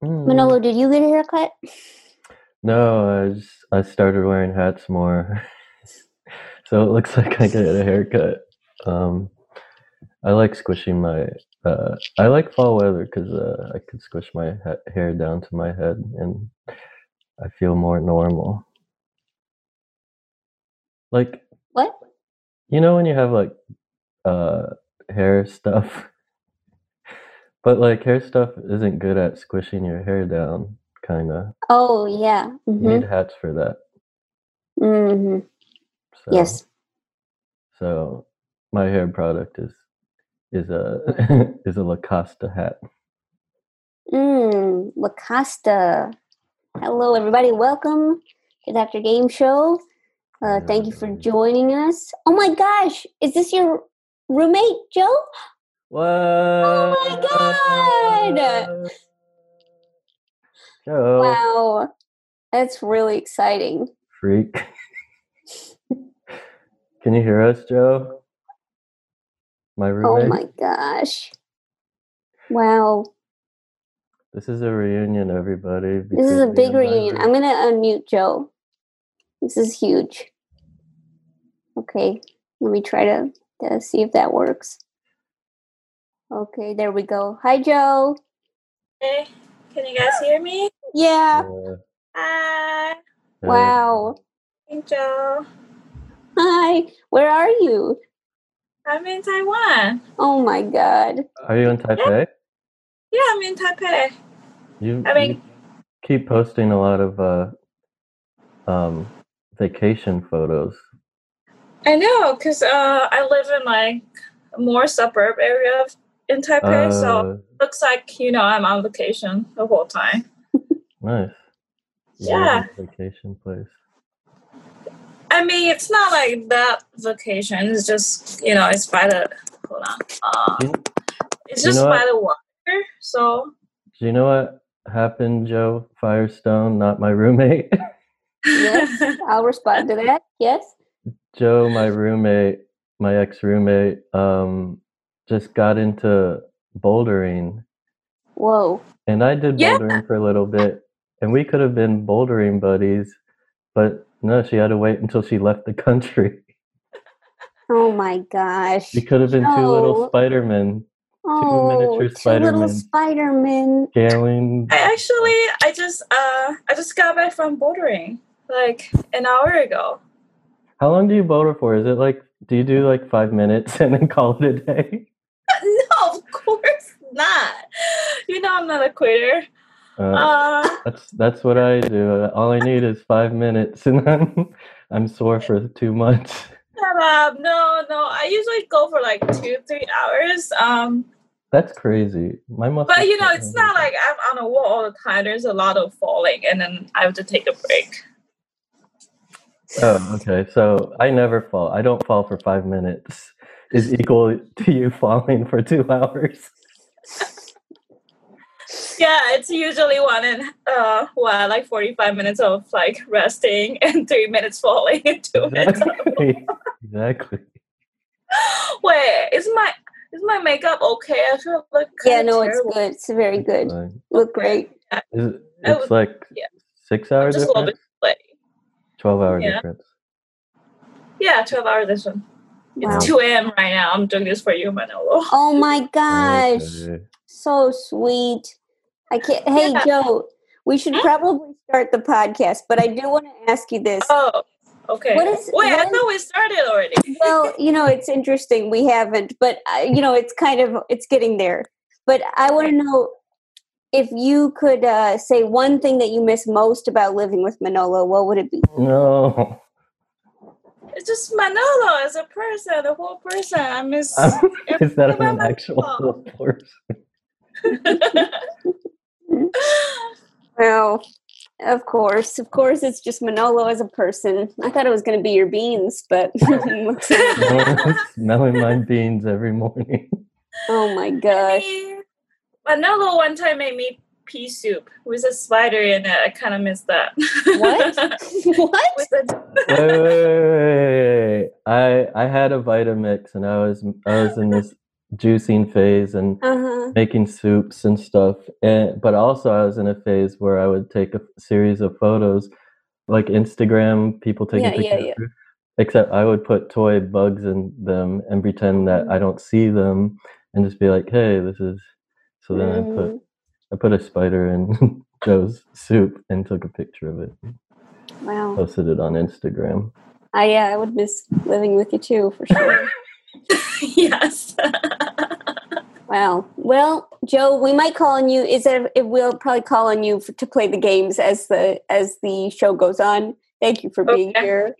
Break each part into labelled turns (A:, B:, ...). A: Manolo, did you get a haircut?
B: No, I just I started wearing hats more, so it looks like I get a haircut. Um, I like squishing my. Uh, I like fall weather because uh, I can squish my ha- hair down to my head, and I feel more normal. Like
A: What?
B: you know when you have like uh, hair stuff, but like hair stuff isn't good at squishing your hair down. Kind of.
A: Oh, yeah.
B: You
A: hmm
B: need
C: Mm-hmm.
B: hats for that.
A: hmm
B: So,
A: Yes.
B: So my hair product is is a is a Lacoste hat.
A: Mm, Wakasta. Hello, everybody. Welcome to Dr. Game Show. Uh, thank you for
B: Hello.
A: joining us. Oh my gosh, is this your roommate, Joe?
B: What?
A: Oh my God!
B: Joe,
A: Wow, that's really exciting.
B: freak. Can you hear us, Joe? My roommate.
A: Oh my gosh. Wow,
B: This is a reunion, everybody.
A: this is a
B: between me
A: big
B: and my
A: reunion. I'm
B: room-
A: going to unmute Joe. This is huge. Okay, let me try to, to see if that works. Okay, there we go. Hi, Joe.
C: Hey, can you guys hear me?
A: Yeah.
B: Yeah,
C: Hi,
B: yeah.
A: Wow.
C: Angel.
A: Hi, where are you?
C: I'm in Taiwan.
A: Oh my God.
B: Are you in Taipei?
C: Yeah, I'm in Taipei.
B: You,
C: I
B: you
C: mean,
B: keep posting a lot of uh, um, vacation photos.
C: I know because uh, I live in like a more suburb area of, in Taipei, so
B: Uh,
C: looks like you know I'm on vacation the whole time.
B: nice.
C: Yeah,
B: Favorite Vacation place.
C: I mean it's not like that vacation. It's just you know it's by the hold on. Uh,
B: Do you, do
C: it's
B: you
C: just by
B: know what?
C: the water, so
B: you know what happened, Joe Firestone? Not my roommate.
A: Yes, I'll respond to that. Yes.
B: Joe, my roommate, my ex roommate, um, just got into bouldering,
A: Whoa.
B: and I did
C: yeah.
B: bouldering for a little bit, and we could have been bouldering buddies, but no, she had to wait until she left the country.
A: Oh my gosh.
B: We could have been two little
A: Joe.
B: Spider-Men, two
A: Oh,
B: miniature
A: two little
B: Spider-Men,
A: Spider-Men.
B: scaling.
C: I actually, I just, uh, I just got back from bouldering like an hour ago.
B: How long do you boulder for? Is it like do you do like five minutes and then call it a day?
C: no, of course not. You know I'm not a quitter.
B: Uh,
C: Uh,
B: that's that's what I do. All I need is five minutes, and I'm I'm sore for two months.
C: shut up. No, no. I usually go for like two, three hours. Um,
B: That's crazy. My
C: but
B: muscles
C: you know,
B: can't
C: it's
B: handle
C: not
B: that.
C: like I'm on a wall all the time. There's a lot of falling, and then I have to take a break. Yeah.
B: Oh, okay. So I never fall. I don't fall for five minutes. Is equal to you falling for two hours.
C: Yeah, it's usually one and uh, what, like 45 minutes of like resting and three minutes falling and two minutes
B: Exactly. exactly.
C: Wait, is my is my makeup okay? I feel like kind
A: Yeah,
C: of
A: no, it's
C: terrible.
A: good. It's very
B: It's
A: good.
B: fine.
A: Look
C: Okay,
A: great.
C: I,
B: Is it-
C: I was
B: It's like
C: yeah,
B: six
C: I'm
B: hour
C: just a little
B: difference,
C: bit sweaty.
B: twelve hour
C: Yeah,
B: difference.
C: yeah, twelve hours this one. It's
A: Wow.
B: Oh,
C: two a.m. right now. I'm doing this for you, Manolo.
A: Oh my gosh.
B: okay.
A: So sweet. I can't. Hey,
C: Yeah.
A: Joe, we should
C: Hmm?
A: probably start the podcast, but I do want to ask you this.
C: Oh, okay.
A: What is,
C: Wait, I
A: what is
C: thought we started already.
A: Well, you know, it's interesting. We haven't, but uh, you know, it's kind of it's getting there. But I want to
C: Okay.
A: know if you could uh, say one thing that you miss most about living with Manolo. What would it be?
B: No.
C: It's just Manolo as a person, the whole person. I miss
B: Is that
C: everything
B: an
C: about
B: actual horse?
C: Manolo.
A: Well, of course, of course, it's just Manolo as a person. I thought it was going to be your beans, but looks like-
B: Smelling my beans every morning.
A: oh my
C: I
A: gosh,
C: mean, Manolo one time made me pea soup with a spider in it. I kind of miss that.
A: what? what?
C: with a,
B: Wait, wait, wait, wait, wait, wait. I I had a Vitamix and I was I was in this juicing phase and
A: Uh-huh.
B: making soups and stuff. And but also I was in a phase where I would take a f- series of photos, like Instagram people taking
A: Yeah, yeah,
B: pictures.
A: yeah.
B: of her, Except I would put toy bugs in them and pretend that
A: Mm-hmm.
B: I don't see them and just be like, "Hey, this is." So then I put
A: Mm.
B: I put a spider in Joe's soup and took a picture of it,
A: Wow.
B: posted it on Instagram.
A: I yeah, I would miss living with you too for sure.
D: yes.
A: wow. Well, Joe, we might call on you. Is it? it we'll probably call on you for, to play the games as the as the show goes on. Thank you for being
D: Okay.
A: here.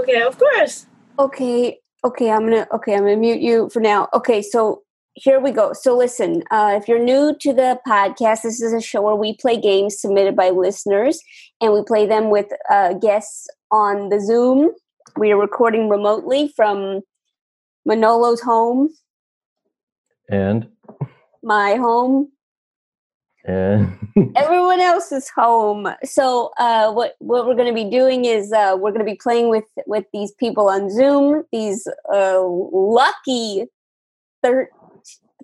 D: okay, of course.
A: Okay. Okay. I'm gonna. Okay. I'm gonna mute you for now. Okay. So here we go. So listen. Uh, if you're new to the podcast, this is a show where we play games submitted by listeners, and we play them with uh, guests on the Zoom. We are recording remotely from Manolo's home,
B: And
A: my home,
B: and
A: everyone else is home so uh, what what we're going to be doing is uh, we're going to be playing with with these people on zoom these uh, lucky thir-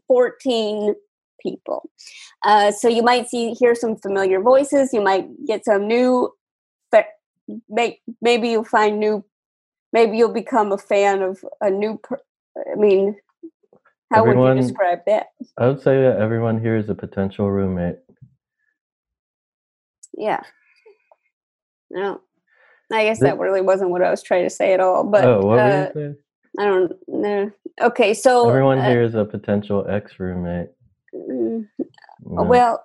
A: 14 people uh, so you might see hear some familiar voices you might get some new but may, maybe you'll find new maybe you'll become a fan of a new per- i mean how would
B: Everyone-
A: you describe that
B: I would say that everyone here is a potential roommate.
A: Yeah. No. I guess
B: The-
A: that really wasn't what I was trying to say at all, but
B: oh, what
A: uh,
B: were you saying?
A: I don't know. Okay, so
B: Everyone
A: uh,
B: here is a potential ex roommate.
A: mm, well,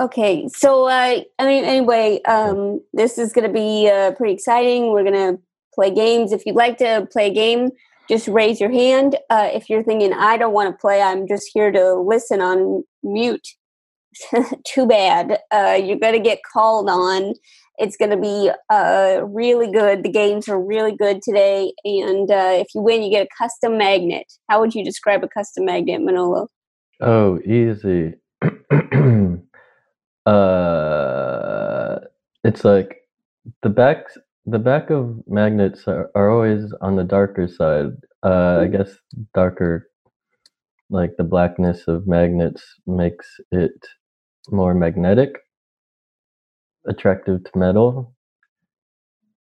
A: okay, so uh, I mean, anyway, um, this is going to be uh, pretty exciting. We're going to play games. If you'd like to play a game, just raise your hand. Uh, if you're thinking, I don't want to play, I'm just here to listen on mute. Too bad. Uh, you're going to get called on. It's going to be uh, really good. The games are really good today. And uh, if you win, you get a custom magnet. How would you describe a custom magnet, Manolo?
B: Oh, easy. uh, it's like the backs the back of magnets are, are always on the darker side. Uh, I guess darker, like the blackness of magnets makes it more magnetic, attractive to metal.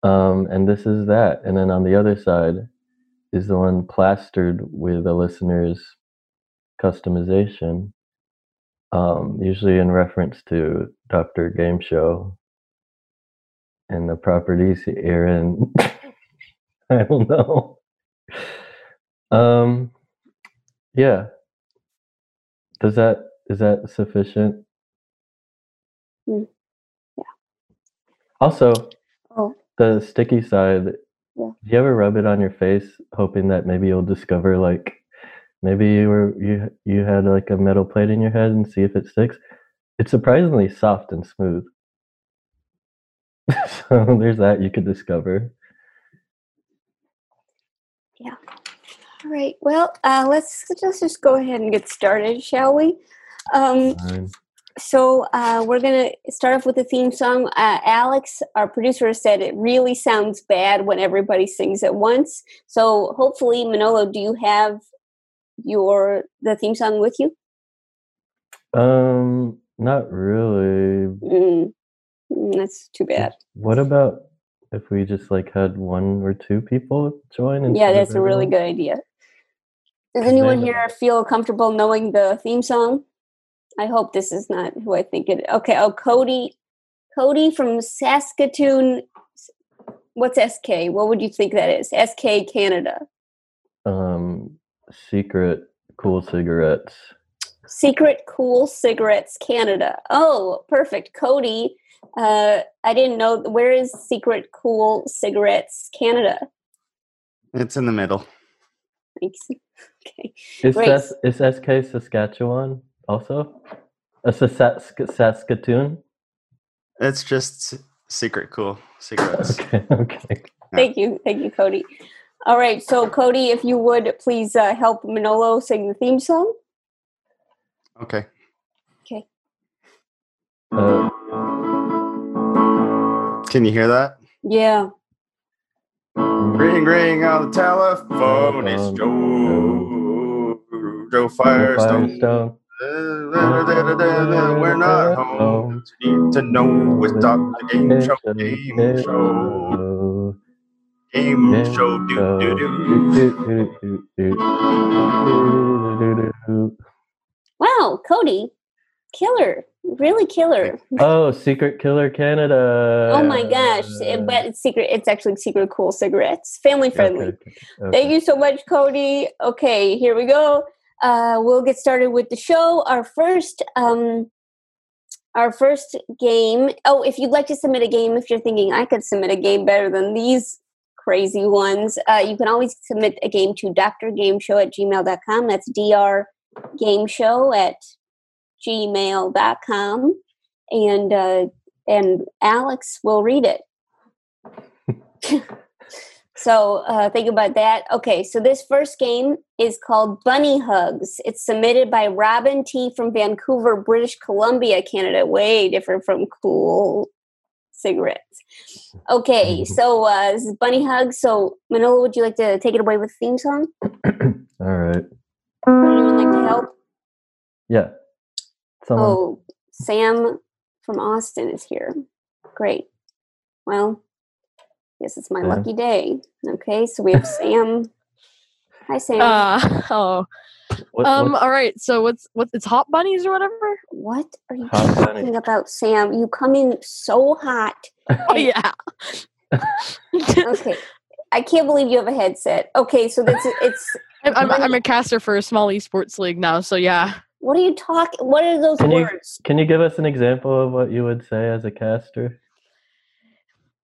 B: Um, and this is that. And then on the other side is the one plastered with a listener's customization, um, usually in reference to Dr. Game Show and the properties here in, I don't know. Um, yeah. Does that, is that sufficient?
A: Mm,
B: Also,
A: Oh.
B: the sticky side,
A: Yeah.
B: do you ever rub it on your face hoping that maybe you'll discover like maybe you were you you had like a metal plate in your head and see if it sticks it's surprisingly soft and smooth so there's that you could discover
A: All right. Well, uh, let's let's just go ahead and get started, shall we? Um,
B: Fine.
A: so uh, we're gonna start off with the theme song. Uh, Alex, our producer, said it really sounds bad when everybody sings at once. So hopefully, Manolo, do you have your the theme song with you?
B: um not really
A: Mm, mm, that's too bad.
B: what about if we just like had one or two people join
A: Yeah,
B: instead of
A: that's a really
B: everyone?
A: good idea. Does
B: Because they
A: anyone
B: know.
A: here feel comfortable knowing the theme song? I hope this is not who I think it. Okay, oh Cody, Cody from Saskatoon. What's SK? What would you think that is? SK Canada.
B: um secret cool cigarettes
A: Secret Cool Cigarettes Canada. Oh, perfect, Cody. Uh, I didn't know. Where is Secret Cool Cigarettes Canada?
E: It's in the middle.
A: Thanks. Okay.
B: Is,
A: Great.
B: Sas- is SK Saskatchewan also? A Sask- Saskatoon?
E: It's just secret cool cigarettes.
B: Okay, okay.
E: Yeah.
A: Thank you. Thank you, Cody. All right. So, Cody, if you would please uh, help Manolo sing the theme song.
E: Okay.
B: Uh,
E: Can you hear that?
A: Yeah.
E: Ring, ring on the telephone. It's
B: Telephone.
E: Joe. throw
B: Firestone.
E: firestone. We're not home. You need to know it's stop the game show. Game show.
B: show.
E: Game show. Do do do.
A: Wow, Cody, killer, really killer.
B: Oh, Secret Killer Canada.
A: oh my gosh! it- but it's secret. It's actually secret cool cigarettes, family friendly. Thank you so much, Cody. Okay, here we go. Uh, we'll get started with the show. Our first, um, our first game. Oh, if you'd like to submit a game, if you're thinking I could submit a game better than these crazy ones, uh, you can always submit a game to drgameshow at gmail.com. That's drgameshow at gmail.com. And, uh, and Alex will read it. So uh, think about that. Okay, so this first game is called Bunny Hugs. It's submitted by Robin T from Vancouver, British Columbia, Canada. Way different from cool cigarettes. Okay, so uh, this is Bunny Hugs. So Manolo, would you like to take it away with the theme song?
B: All right.
A: Anyone like to help?
B: Yeah. Someone.
A: Oh, Sam from Austin is here. Great. Well, guess it's my
B: Sam.
A: lucky day. Okay, so we have Sam. Hi, Sam.
F: Uh, oh.
B: What-
F: um.
B: what's-
F: All right. So what's what's it's hot bunnies or whatever?
A: What are you
B: Hot bunny.
A: talking about, Sam? You come in so hot.
F: Oh yeah.
A: Okay. I can't believe you have a headset. Okay, so that's it's
F: I'm, I'm, I'm a caster for a small esports league now. So yeah.
A: what are you talking what are those
B: Can you-
A: words?
B: Can you give us an example of what you would say as a caster?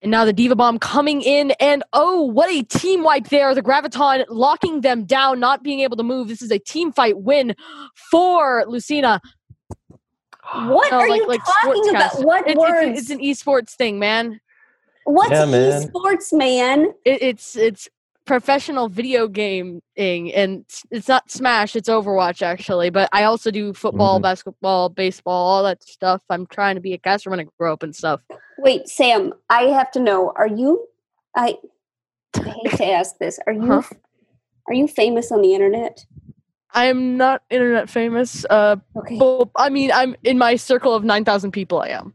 F: And now the diva bomb coming in, and oh, what a team wipe there! The graviton locking them down, not being able to move. This is a team fight win for Lucina.
A: what
F: No,
A: are
F: like-
A: you
F: like
A: talking about?
F: sportscast.
A: What
F: It's,
A: words?
F: it's, it's an esports thing, man.
A: What's
B: Yeah, man.
A: esports man?
F: It, it's it's professional video gaming, and s- it's not Smash. It's Overwatch actually, but I also do football,
B: Mhm.
F: basketball, baseball, all that stuff. I'm trying to be a caster when I grow up and stuff.
A: Wait, Sam, I have to know, are you I, I hate to ask this. Are you
F: Huh?
A: are you famous on the internet?
F: I'm not internet famous. Uh,
A: Okay.
F: but I mean, I'm in my circle of nine thousand people. I am.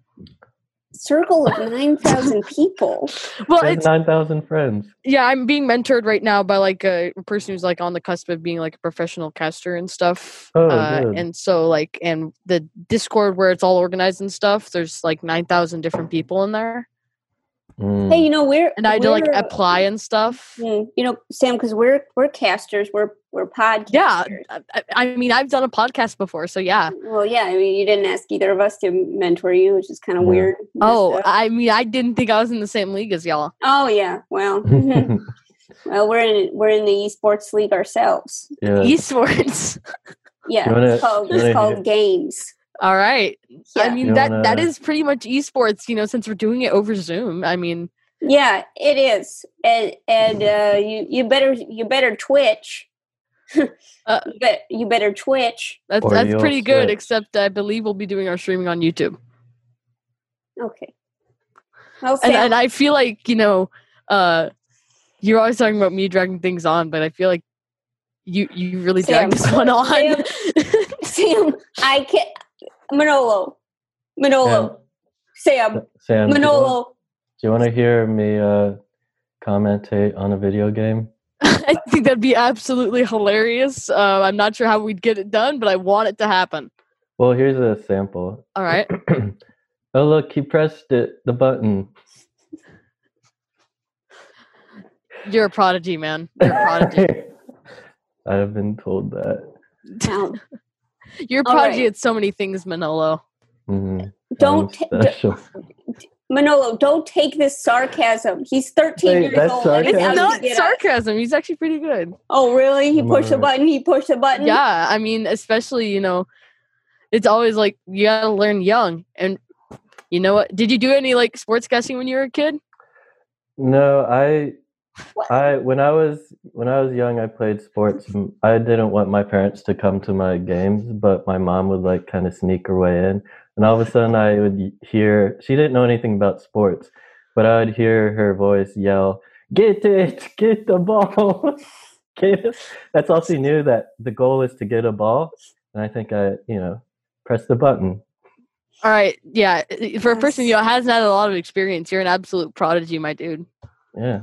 A: Circle of nine thousand people.
F: Well,
B: She has
F: it's
B: 9,000 friends.
F: yeah, I'm being mentored right now by like a person who's like on the cusp of being like a professional caster and stuff.
B: Oh,
F: uh,
B: good.
F: and so like, and the Discord where it's all organized and stuff. There's like nine thousand different people in there,
B: Mm.
A: Hey, you know we're
F: and I had to like
A: we're-
F: apply and stuff.
A: Mm, you know, Sam, because we're we're casters, we're we're podcasters.
F: Yeah, I, I- I mean, I've done a podcast before, so yeah.
A: Well, yeah. I mean, you didn't ask either of us to mentor you, which is kind of
B: Yeah.
A: weird.
F: Oh,
A: Messed up.
F: I mean, I didn't think I was in the same league as y'all.
A: oh, yeah. Well, well, we're in we're in the esports league ourselves.
B: yeah.
F: Esports.
A: Yeah,
B: You wanna-
A: it's called
B: you
A: it's
B: wanna
A: called
B: hear-
A: games.
F: All right. I
A: Yeah.
F: mean
B: You
F: that that
B: wanna-
F: is pretty much esports, you know, since we're doing it over Zoom. I mean,
A: Yeah, it is, and and uh, you you better you better twitch.
F: Uh,
A: you, bet, you better twitch.
F: that's
B: Or
F: that's
B: you'll
F: pretty good.
B: switch.
F: Except I believe we'll be doing our streaming on YouTube,
A: Okay. Well, Sam,
F: and and I feel like you know, uh, you're always talking about me dragging things on, but I feel like you you really
A: Sam.
F: dragged this one on.
A: Sam, I can't. Manolo,
F: uh,
A: Manolo, Sam,
B: Sam, do you wanna-
A: Manolo.
B: Do you want to hear me uh, commentate on a video game?
F: I think that'd be absolutely hilarious. Uh, I'm not sure how we'd get it done, but I want it to happen.
B: Well, here's a sample.
F: All right.
B: oh, look, he pressed it, the button.
F: You're a prodigy, man. You're a prodigy.
B: I have been told that.
A: Now,
F: You're a
A: All
F: prodigy
A: right.
F: at so many things, Manolo.
B: Mhm,
A: don't
B: I'm
A: ta- d-
B: special.
A: Manolo, don't take this sarcasm. He's 13
B: Wait,
A: years
B: that's
A: old.
B: sarcasm?
A: That's how
F: It's
A: you
F: not
A: get us.
F: sarcasm. He's actually pretty good.
A: Oh, really? He
B: I'm
A: pushed the
B: alright.
A: button. He pushed the button.
F: Yeah, I mean, especially you know, it's always like you gotta learn young. And you know what? Did you do any like sports casting when you were a kid?
B: No, I,
A: What?
B: I when I was when I was young, I played sports. and I didn't want my parents to come to my games, but my mom would like kind of sneak her way in, and all of a sudden I would y- hear she didn't know anything about sports, but I would hear her voice yell, "Get it, get the ball!" That's all she knew that the goal is to get a ball. And I think I, you know, pressed the button.
F: All right. Yeah. For a person you know hasn't had a lot of experience, you're an absolute prodigy, my dude.
B: Yeah.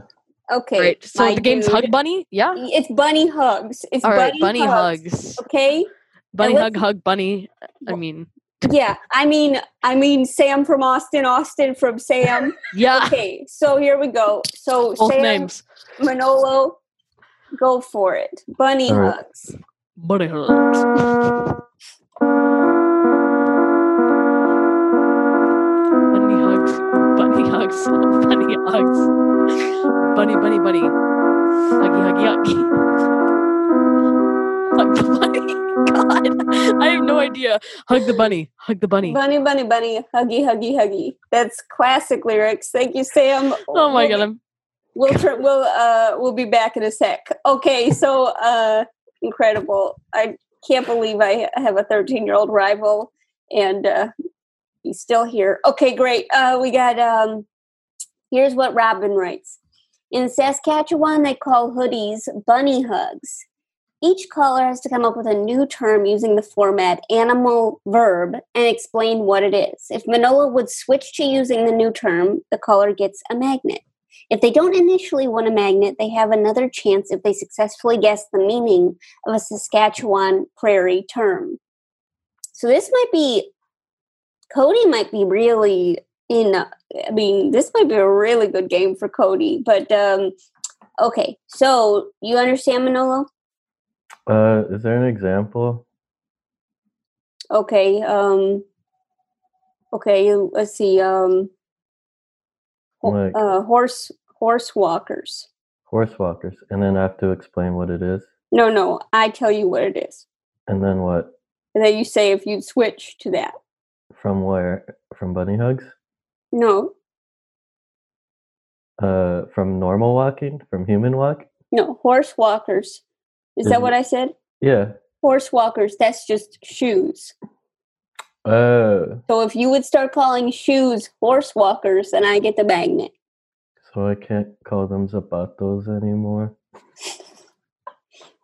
A: Okay.
F: Great. So
A: my
F: the game's
A: dude.
F: Hug Bunny? Yeah.
A: It's bunny hugs. It's
F: All
A: bunny,
F: right, bunny,
A: hugs.
F: hugs.
A: Okay.
F: Bunny
A: let's-
F: hug, hug bunny. I mean,
A: Yeah. I mean, I mean, Sam from Austin, Austin from Sam.
F: yeah,
A: Okay. So here we go. So
F: both
A: Sam
F: names.
A: Manolo, go for it. Bunny
B: All right.
A: hugs.
F: Bunny hugs. Bunny hugs. Bunny hugs. Bunny hugs. Bunny, bunny, bunny. Huggy, huggy, huggy. Hug the bunny. God, I have no idea. Hug the bunny. Hug the bunny.
A: Bunny, bunny, bunny. Huggy, huggy, huggy. That's classic lyrics. Thank you, Sam.
F: Oh my
A: We'll
F: god,
A: be-
F: I'm
A: We'll tr- we'll uh we'll be back in a sec. Okay. So uh, incredible. I can't believe I have a 13 year old rival, and uh, he's still here. Okay, great. Uh, we got um. Here's what Robin writes. In Saskatchewan, they call hoodies bunny hugs. Each caller has to come up with a new term using the format animal verb and explain what it is. If Manola would switch to using the new term, the caller gets a magnet. If they don't initially win a magnet, they have another chance if they successfully guess the meaning of a Saskatchewan prairie term. So this might be Cody might be really in I mean, this might be a really good game for Cody, but um okay. So, you understand Manolo?
B: Uh, is there an example?
A: Okay. Um Okay, you- let's see um
B: Like
A: uh horse horse walkers.
B: horse walkers. And then I have to explain what it is.
A: No, no. I tell you what it is.
B: And then what?
A: And then you say if you'd switch to that.
B: From where? From bunny hugs?
A: No,
B: Uh, from normal walking? From human walk?
A: No, horse walkers. Is that
B: Mhm.
A: what I said?
B: Yeah.
A: Horse walkers, that's just shoes.
B: Uh,
A: So if you would start calling shoes horse walkers, then I get the magnet.
B: so I can't call them zapatos anymore.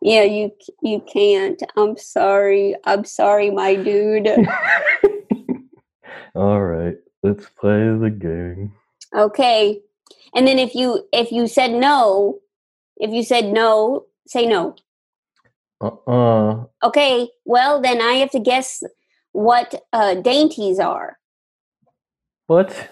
A: Yeah, you you can't. I'm sorry. I'm sorry, my dude.
B: All right, let's play the game.
A: okay. And then if you if you said no, if you said no, say no.
B: Uh uh
A: Okay. Well, then I have to guess what uh, dainties are.
B: What?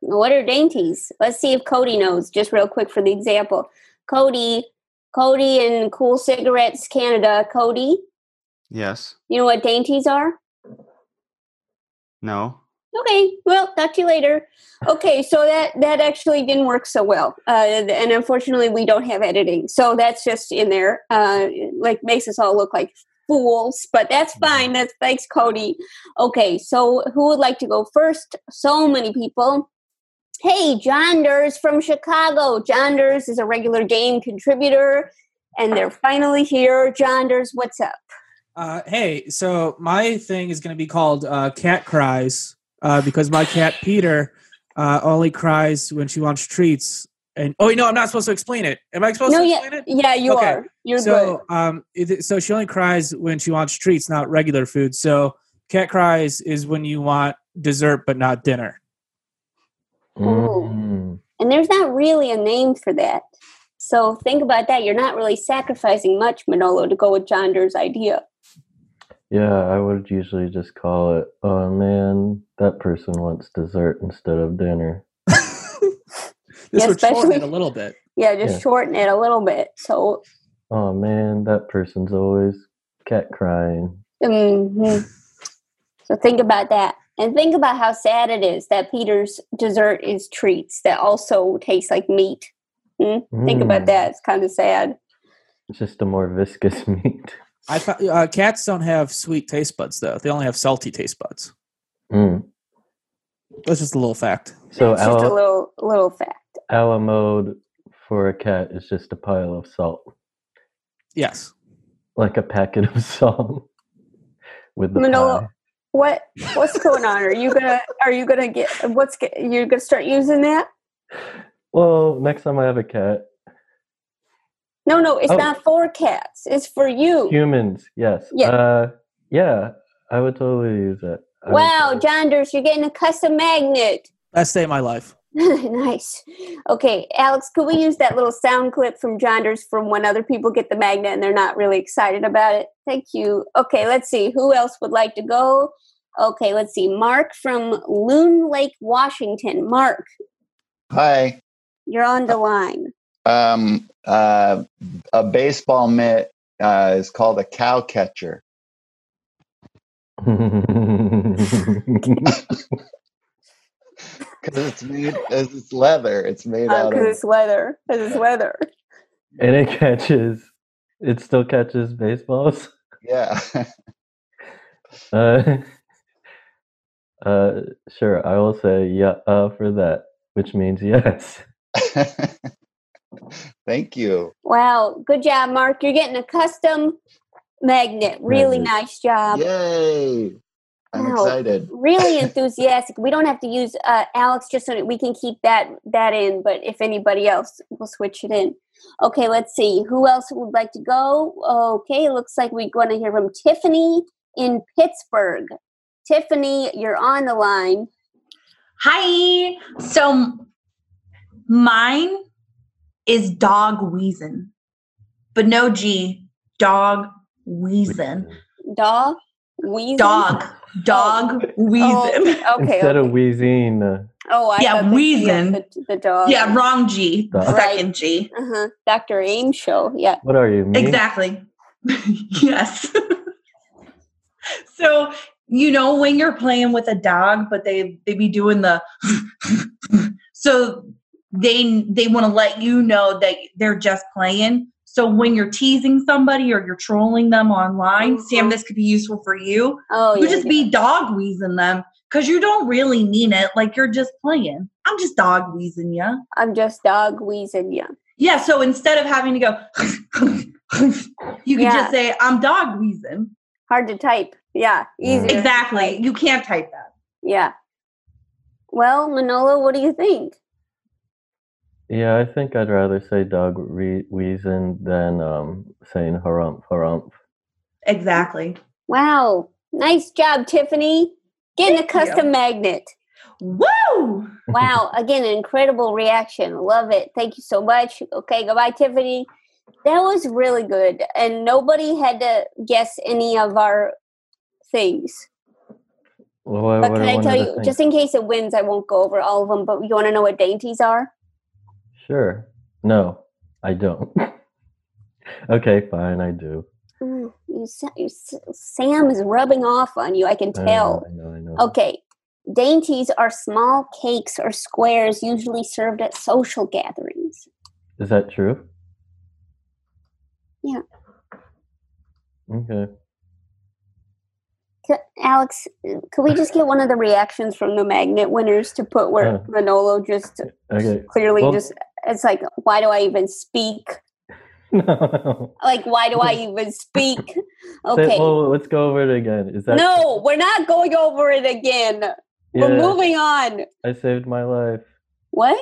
A: What are dainties? Let's see if Cody knows, just real quick for the example. Cody, Cody and Cool Cigarettes Canada. Cody,
G: Yes.
A: you know what dainties are?
G: No.
A: Okay, well, talk to you later. Okay, so that that actually didn't work so well, uh, and unfortunately, we don't have editing, so that's just in there. Uh, like makes us all look like fools, but that's fine. That's thanks, Cody. Okay, so who would like to go first? So many people. Hey, John Ders from Chicago. John Ders is a regular game contributor, and they're finally here. John Ders, what's up?
H: Uh, hey, so my thing is going to be called uh, Cat Cries uh, because my cat Peter uh, only cries when she wants treats. And oh wait, no, I'm not supposed to explain it. Am I supposed
A: No,
H: to
A: yeah,
H: explain it?
A: yeah, you
H: Okay,
A: are. You're
H: so, um, it- so she only cries when she wants treats, not regular food. So, cat cries is when you want dessert but not dinner. Mm-hmm.
A: Ooh.
B: Mm.
A: And there's not really a name for that. So think about that. You're not really sacrificing much, Manolo, to go with John Deere's idea.
B: Yeah, I would usually just call it, oh man, that person wants dessert instead of dinner.
H: This
A: Yeah,
H: would shorten
A: especially-
H: it a little bit.
A: Yeah, just
B: Yeah.
A: shorten it a little bit. So,
B: Oh man, that person's always cat crying.
A: mhm. so think about that, and think about how sad it is that Peter's dessert is treats that also taste like meat. Hmm? Think about
B: Mm,
A: that; it's kind of sad.
B: It's just a more viscous meat.
H: I thought- uh, cats don't have sweet taste buds though; they only have salty taste buds.
B: Mm.
H: That's just a little fact.
B: So
A: it's just a
B: our
A: little little fact.
B: our mode for a cat is just a pile of salt,
H: Yes.
B: like a packet of salt with the
A: Manolo,
B: pie.
A: What what's going on? Are you gonna are you gonna get what's ge- you're gonna start using that?
B: Well, next time I have a cat,
A: No, no, it's
B: Oh.
A: not for cats. It's for you.
B: Humans, yes.
A: Yeah.
B: Uh, yeah, I would totally use it. I would
A: wow,
B: totally-
A: Jonders, you're getting a custom magnet.
H: Best day of my life.
A: nice. Okay, Alex, could we use that little sound clip from Jonders from when other people get the magnet and they're not really excited about it? Thank you. Okay, let's see. Who else would like to go? Okay, let's see. Mark from Loon Lake, Washington. Mark,
G: Hi.
A: you're on the line.
G: Um, uh, a baseball mitt uh, is called a cow catcher. Because it's made, 'cause it's leather. It's made out
A: Because
G: of.
A: it's weather. Because it's weather.
B: and it catches, it still catches baseballs.
G: Yeah.
B: Uh, uh, sure, I will say yeah uh, for that, which means yes.
G: Thank you.
A: Wow, good job, Mark. You're getting a custom magnet. Really
B: Magnet.
A: nice job.
G: Yay. I'm
A: Wow.
G: excited.
A: really enthusiastic. We don't have to use uh, Alex just so that we can keep that that in. But if anybody else, we'll switch it in. Okay, let's see who else would like to go. Okay, looks like we're going to hear from Tiffany in Pittsburgh. Tiffany, you're on the line.
I: Hi. So m- mine is dog wheezing, but no G. Dog wheezing.
A: Dog, wheezing.
I: Dog. Dog
A: Oh,
I: wheezing.
A: okay.
B: Instead
A: okay.
B: of wheezing, uh,
A: oh, I
I: Yeah,
A: thought that-
I: wheezing.
A: The, the dog.
I: Yeah, wrong G.
B: Dog.
I: Second G.
A: Uh huh. Dr. Ames show. Yeah.
B: what are you? Me?
I: Exactly. yes. so you know when you're playing with a dog, but they they be doing the so they they want to let you know that they're just playing. So when you're teasing somebody or you're trolling them online, Sam,
A: Mhm.
I: this could be useful for you.
A: Oh,
I: you
A: yeah,
I: just
A: yeah.
I: be dog wheezing them because you don't really mean it. Like you're just playing. I'm just dog wheezing you.
A: I'm just dog wheezing. Yeah.
I: Yeah, so instead of having to go, you can
A: Yeah.
I: just say, I'm dog wheezing.
A: Hard to type. Yeah.
B: Mm.
A: Easier.
I: Exactly. You can't type that.
A: Yeah. Well, Manolo, what do you think?
B: Yeah, I think I'd rather say dog re- wheezing than um, saying harump harump.
I: Exactly.
A: Wow. Nice job, Tiffany. Getting a
I: you.
A: custom magnet.
I: Woo!
A: Wow. Again, an incredible reaction. Love it. Thank you so much. Okay, goodbye, Tiffany. That was really good. And nobody had to guess any of our things.
B: Well, why
A: But
B: would
A: can I
B: want
A: tell
B: her to
A: you,
B: think?
A: just in case it wins, I won't go over all of them, but you want to know what dainties are?
B: Sure. No, I don't. okay, fine, I do.
A: Mm, you, sa- you, s- Sam is rubbing off on you. I can
B: I
A: tell.
B: know, I know, I know.
A: Okay. Dainties are small cakes or squares usually served at social gatherings.
B: Is that true?
A: Yeah.
B: Okay.
A: C- Alex, could we just get one of the reactions from the magnet winners to put where
B: Oh.
A: Manolo just
B: Okay.
A: clearly
B: Well-
A: just it's like why do I even speak?
B: no.
A: Like why do I even speak?
B: Say-
A: Okay.
B: well, let's go over it again. Is that
A: no, we're not going over it again. We're
B: Yeah,
A: moving on.
B: I saved my life.
A: What?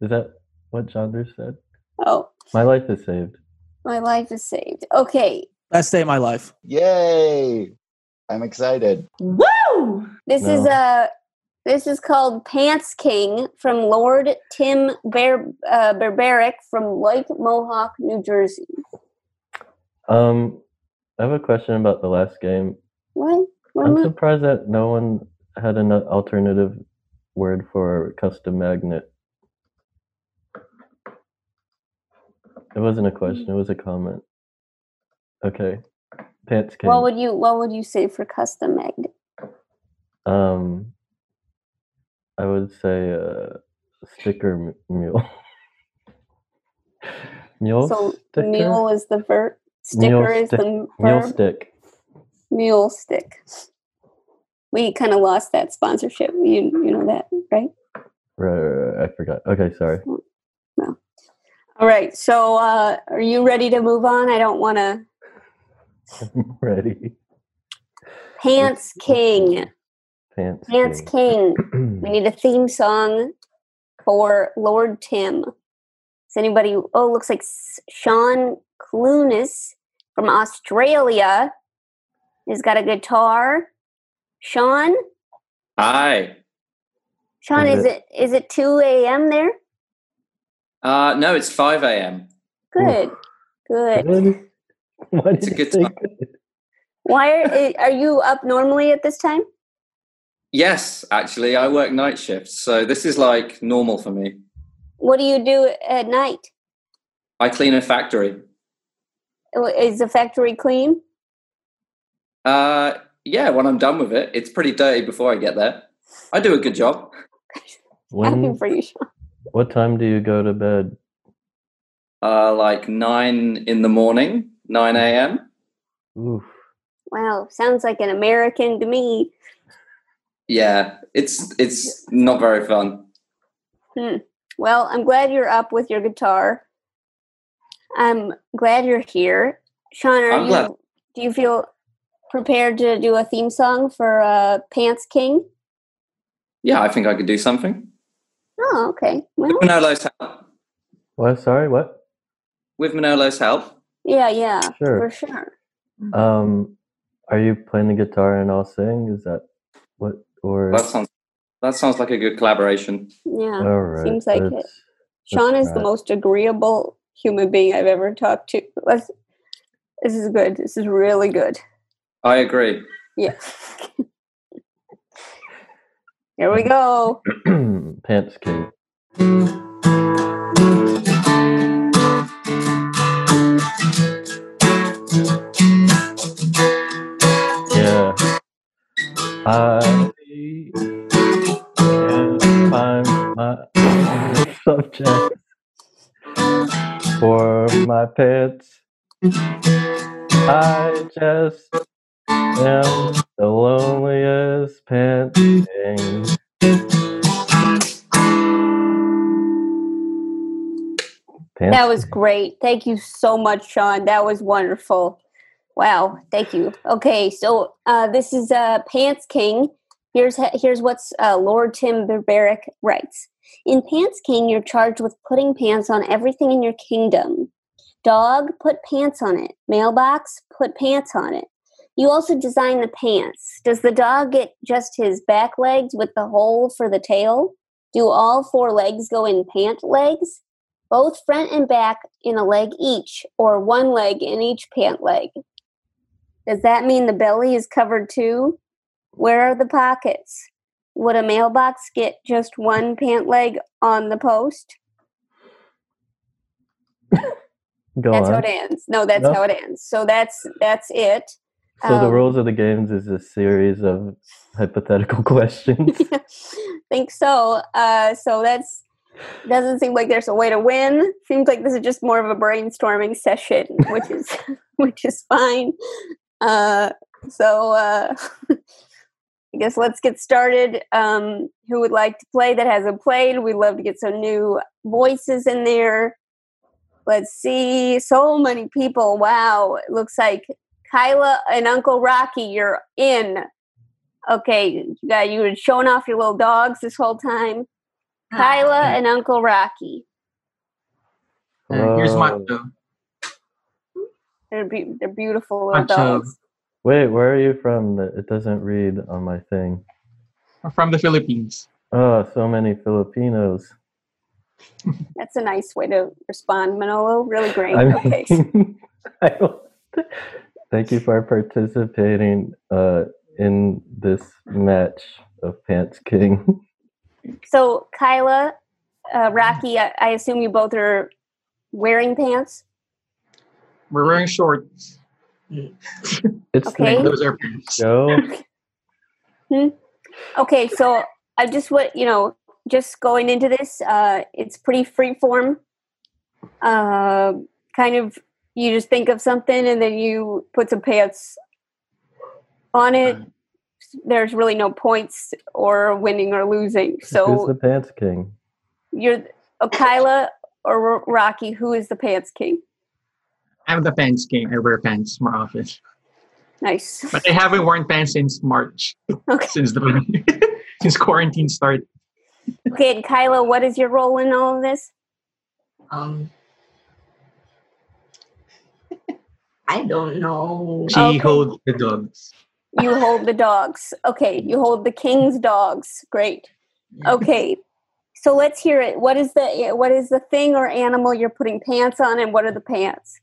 B: Is that what Chandra said?
A: Oh,
B: My life is saved.
A: my life is saved. Okay.
H: Best day of my life.
G: Yay. I'm excited.
I: Woo!
A: This is
B: No.
A: uh this is called Pants King from Lord Tim Ber- uh, Berberic from Lake Mohawk, New Jersey.
B: Um, I have a question about the last game.
A: What? What am
B: I'm
A: I-
B: surprised that no one had an alternative word for custom magnet. It wasn't a question, it was a comment. Okay. Pants came.
A: what would you What would you say for custom magnet?
B: um, I would say uh, sticker m- mule. mule
A: So
B: sticker?
A: mule is the verb. Sticker
B: Mule
A: is
B: stick-
A: the
B: mule
A: verb.
B: stick.
A: mule stick. We kind of lost that sponsorship. You you know that, right?
B: Right, right, right, I forgot. Okay, sorry.
A: All right. So uh, are you ready to move on? I don't want to.
B: I'm ready.
A: Pants King.
B: Pants.
A: Pants King. We need a theme song for Lord Tim. Is anybody? Oh, looks like S- Sean Clunas from Australia has got a guitar. Sean,
J: Hi.
A: Sean,
B: Is
A: is
B: it-
A: it is it two a.m. there?
J: Uh, no, it's 5 a.m.
A: Good, good.
B: Good. Why did
J: It's a
B: you
J: good
B: say
J: time.
B: good?
A: Why are, are you up normally at this time?
J: Yes, actually, I work night shifts, so this is like normal for me.
A: What do you do at night?
J: I clean a factory.
A: Is the factory clean?
J: Uh, yeah, when I'm done with it, it's pretty dirty before I get there. I do a good job.
A: Happy
B: When?
A: for you, Sean.
B: What time do you go to bed?
J: Uh, like 9 in the morning, 9 a.m.
B: Oof.
A: Wow, sounds like an American to me.
J: Yeah, it's it's not very fun.
A: Hmm. Well, I'm glad you're up with your guitar. I'm glad you're here, Sean. Are
J: I'm
A: you?
J: glad.
A: Do you feel prepared to do a theme song for uh, Pants King?
J: Yeah, I think I could do something.
A: Oh, okay. Well,
J: With Manolo's help.
B: What? Sorry. What?
J: With Manolo's help.
A: yeah, yeah, for
B: Sure.
A: sure.
B: Um, are you playing the guitar and I'll sing? Is that what? Or
J: That sounds that sounds like a good collaboration.
A: Yeah,
B: all right.
A: seems like it.
B: let's-
A: Sean is the
B: right.
A: most agreeable human being I've ever talked to. Let's, this is good. This is really good.
J: I agree.
A: Yeah. Here we go.
B: Pants King. Yeah. I can't find my subject for my pants. I just am the loneliest panting. Pants.
A: That was great. Thank you so much, Sean. That was wonderful. Wow. Thank you. Okay, so uh, this is uh, Pants King. Here's ha- here's what's uh, Lord Tim Barbaric writes. In Pants King, you're charged with putting pants on everything in your kingdom. Dog, put pants on it. Mailbox, put pants on it. You also design the pants. Does the dog get just his back legs with the hole for the tail? Do all four legs go in pant legs? both front and back in a leg each, or one leg in each pant leg. Does that mean the belly is covered too? Where are the pockets? Would a mailbox get just one pant leg on the post?
B: Go
A: that's how
B: on.
A: it ends. No, that's
B: No.
A: how it ends. So that's that's it.
B: So the
A: um,
B: rules of the games is a series of hypothetical questions.
A: Think so. Uh, so that's doesn't seem like there's a way to win. Seems like this is just more of a brainstorming session, which is which is fine. Uh, so uh, I guess let's get started. Um, who would like to play that hasn't played? We'd love to get some new voices in there. Let's see. So many people. Wow. It looks like Kyla and Uncle Rocky, you're in. Okay, you got you were showing off your little dogs this whole time.
B: Uh,
A: Kyla and Uncle Rocky.
K: Uh, here's my
B: Whoa.
K: tub.
A: They're be- they're beautiful
K: My
A: little
K: tub.
A: dogs.
B: Wait, where are you from? That It doesn't read on my thing.
K: I'm from the Philippines.
B: Oh, so many Filipinos.
A: That's a nice way to respond, Manolo. Really great.
B: I
A: okay.
B: mean, I don't- thank you for participating uh, in this match of Pants King.
A: So Kyla, uh, Rocky, I-, I assume you both are wearing pants.
K: We're wearing shorts.
B: It's
A: Okay.
B: the
K: Those are pants.
B: show.
A: Hmm? Okay, so I just what you know, just going into this, uh, it's pretty free form. Uh, kind of, you just think of something and then you put some pants on it. There's really no points or winning or losing.
B: Who's
A: So
B: the Pants King?
A: you're oh, Kyla or R- Rocky. Who is the pants king?
K: I'm the pants king. I wear pants more often.
A: Nice.
K: But I haven't worn pants since March.
A: Okay.
K: Since the since quarantine started.
A: Okay, and Kyla, what is your role in all of this?
C: Um, I don't
L: Oh.
C: know.
B: Oh.
D: She holds the dogs.
A: You hold the dogs. Okay, you hold the king's dogs. Great. Okay. So let's hear it. What is the what is the thing or animal you're putting pants on and what are the pants?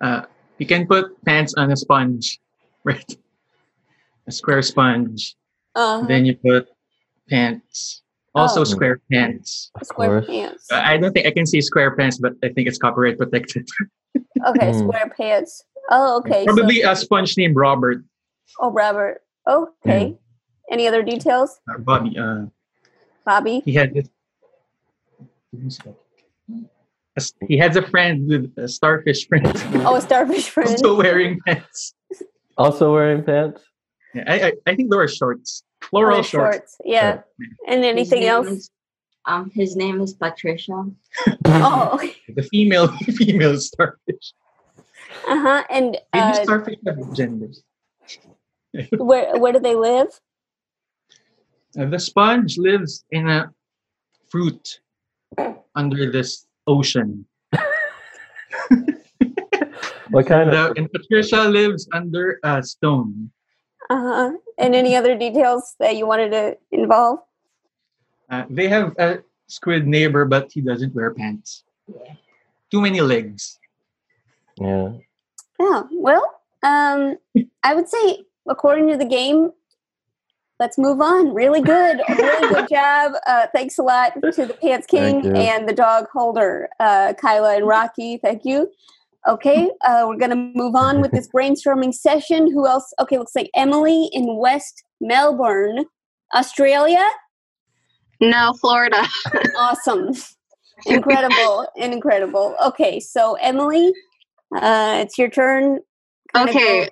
D: Uh, you can put pants on a sponge, right? A square sponge.
A: Uh
D: Then you put pants. Also
A: Oh.
D: square pants.
A: Of Square course. pants.
D: Uh, I don't think I can say square pants, but I think it's copyright protected.
A: okay,
D: Hmm.
A: square pants. Oh, okay. so-
D: Probably a sponge named Robert.
A: Oh, Robert. Okay. Any other details?
D: or Bobby. Uh,
A: Bobby?
D: he had this. As- He has a friend with a starfish friend.
A: Oh, a starfish friend.
D: also wearing pants.
B: Also wearing pants.
D: Yeah, I, I, I think Laura shorts. Laurel
C: Or
D: shorts.
A: Yeah. And anything else?
C: um, his name is Patricia.
A: oh,
D: The female female starfish.
A: uh huh. And
D: Maybe
A: uh,
D: starfish have genders.
A: where where do they live?
D: Uh, the sponge lives in a fruit under this ocean.
B: what kind
D: of? And Patricia lives under a stone.
A: Uh huh. And any other details that you wanted to involve?
D: Uh, they have a squid neighbor, but he doesn't wear pants. Too many legs.
B: Yeah.
A: Yeah. Well, um, I would say according to the game, let's move on. Really good, really good job. Uh, thanks a lot to the Pants
B: Thank
A: King
B: you.
A: and the dog holder, uh, Kyla and Rocky. Thank you. Okay, uh, we're gonna move on with this brainstorming session. Who else? Okay, looks like Emily in West Melbourne, Australia.
M: No, Florida.
A: awesome incredible and incredible okay so emily uh it's your turn Kinda
M: Okay.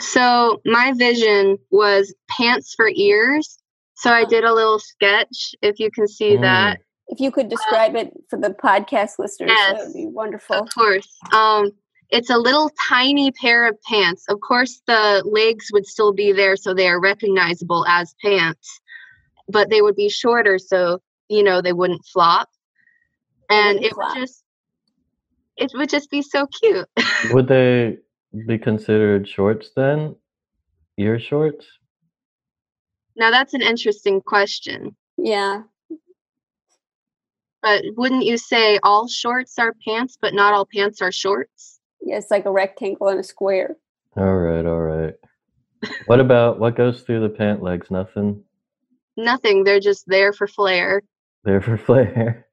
M: So my vision was pants for ears. So I did a little sketch, if you can see that.
A: go- if you could describe it for the podcast listeners that would
M: Yes.
A: be wonderful
M: Of course. Um, it's a little tiny pair of pants. Of course, the legs would still be there, so they are recognizable as pants, but they would be shorter, so you know they wouldn't flop. And it would just, it would just be so cute.
B: Would they be considered shorts then? Ear shorts?
M: Now that's an interesting question.
A: Yeah.
M: But wouldn't you say all shorts are pants, but not all pants are shorts?
A: Yeah, it's like a rectangle and a square.
B: All right, all right. What about what goes through the pant legs? Nothing.
M: Nothing. They're just there for flair.
B: There for flair.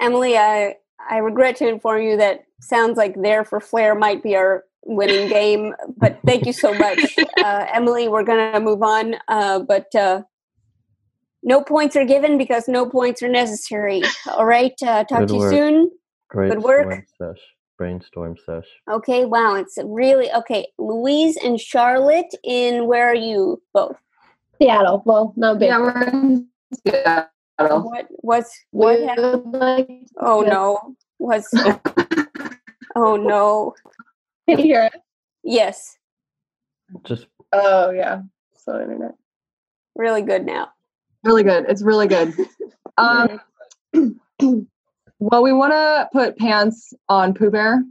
A: emily i i regret to inform you that sounds like there for flair might be our winning game but thank you so much uh, emily we're gonna move on uh, but uh no points are given because no points are necessary. All right. Uh, talk
B: Good
A: to you
B: work.
A: soon.
B: Great
A: Good work.
B: storm sesh. Brainstorm sesh.
A: Okay, wow, it's really okay. Louise and Charlotte in where are you both?
L: Seattle. Well, no big. Yeah, we're in Seattle.
A: What what's what happened? oh no. What's oh no.
L: Can you hear it?
A: Yes,
B: Just
L: Oh yeah. Slow internet.
A: really good now.
L: Really good. It's really good. um, well, we want to put pants on Pooh Bear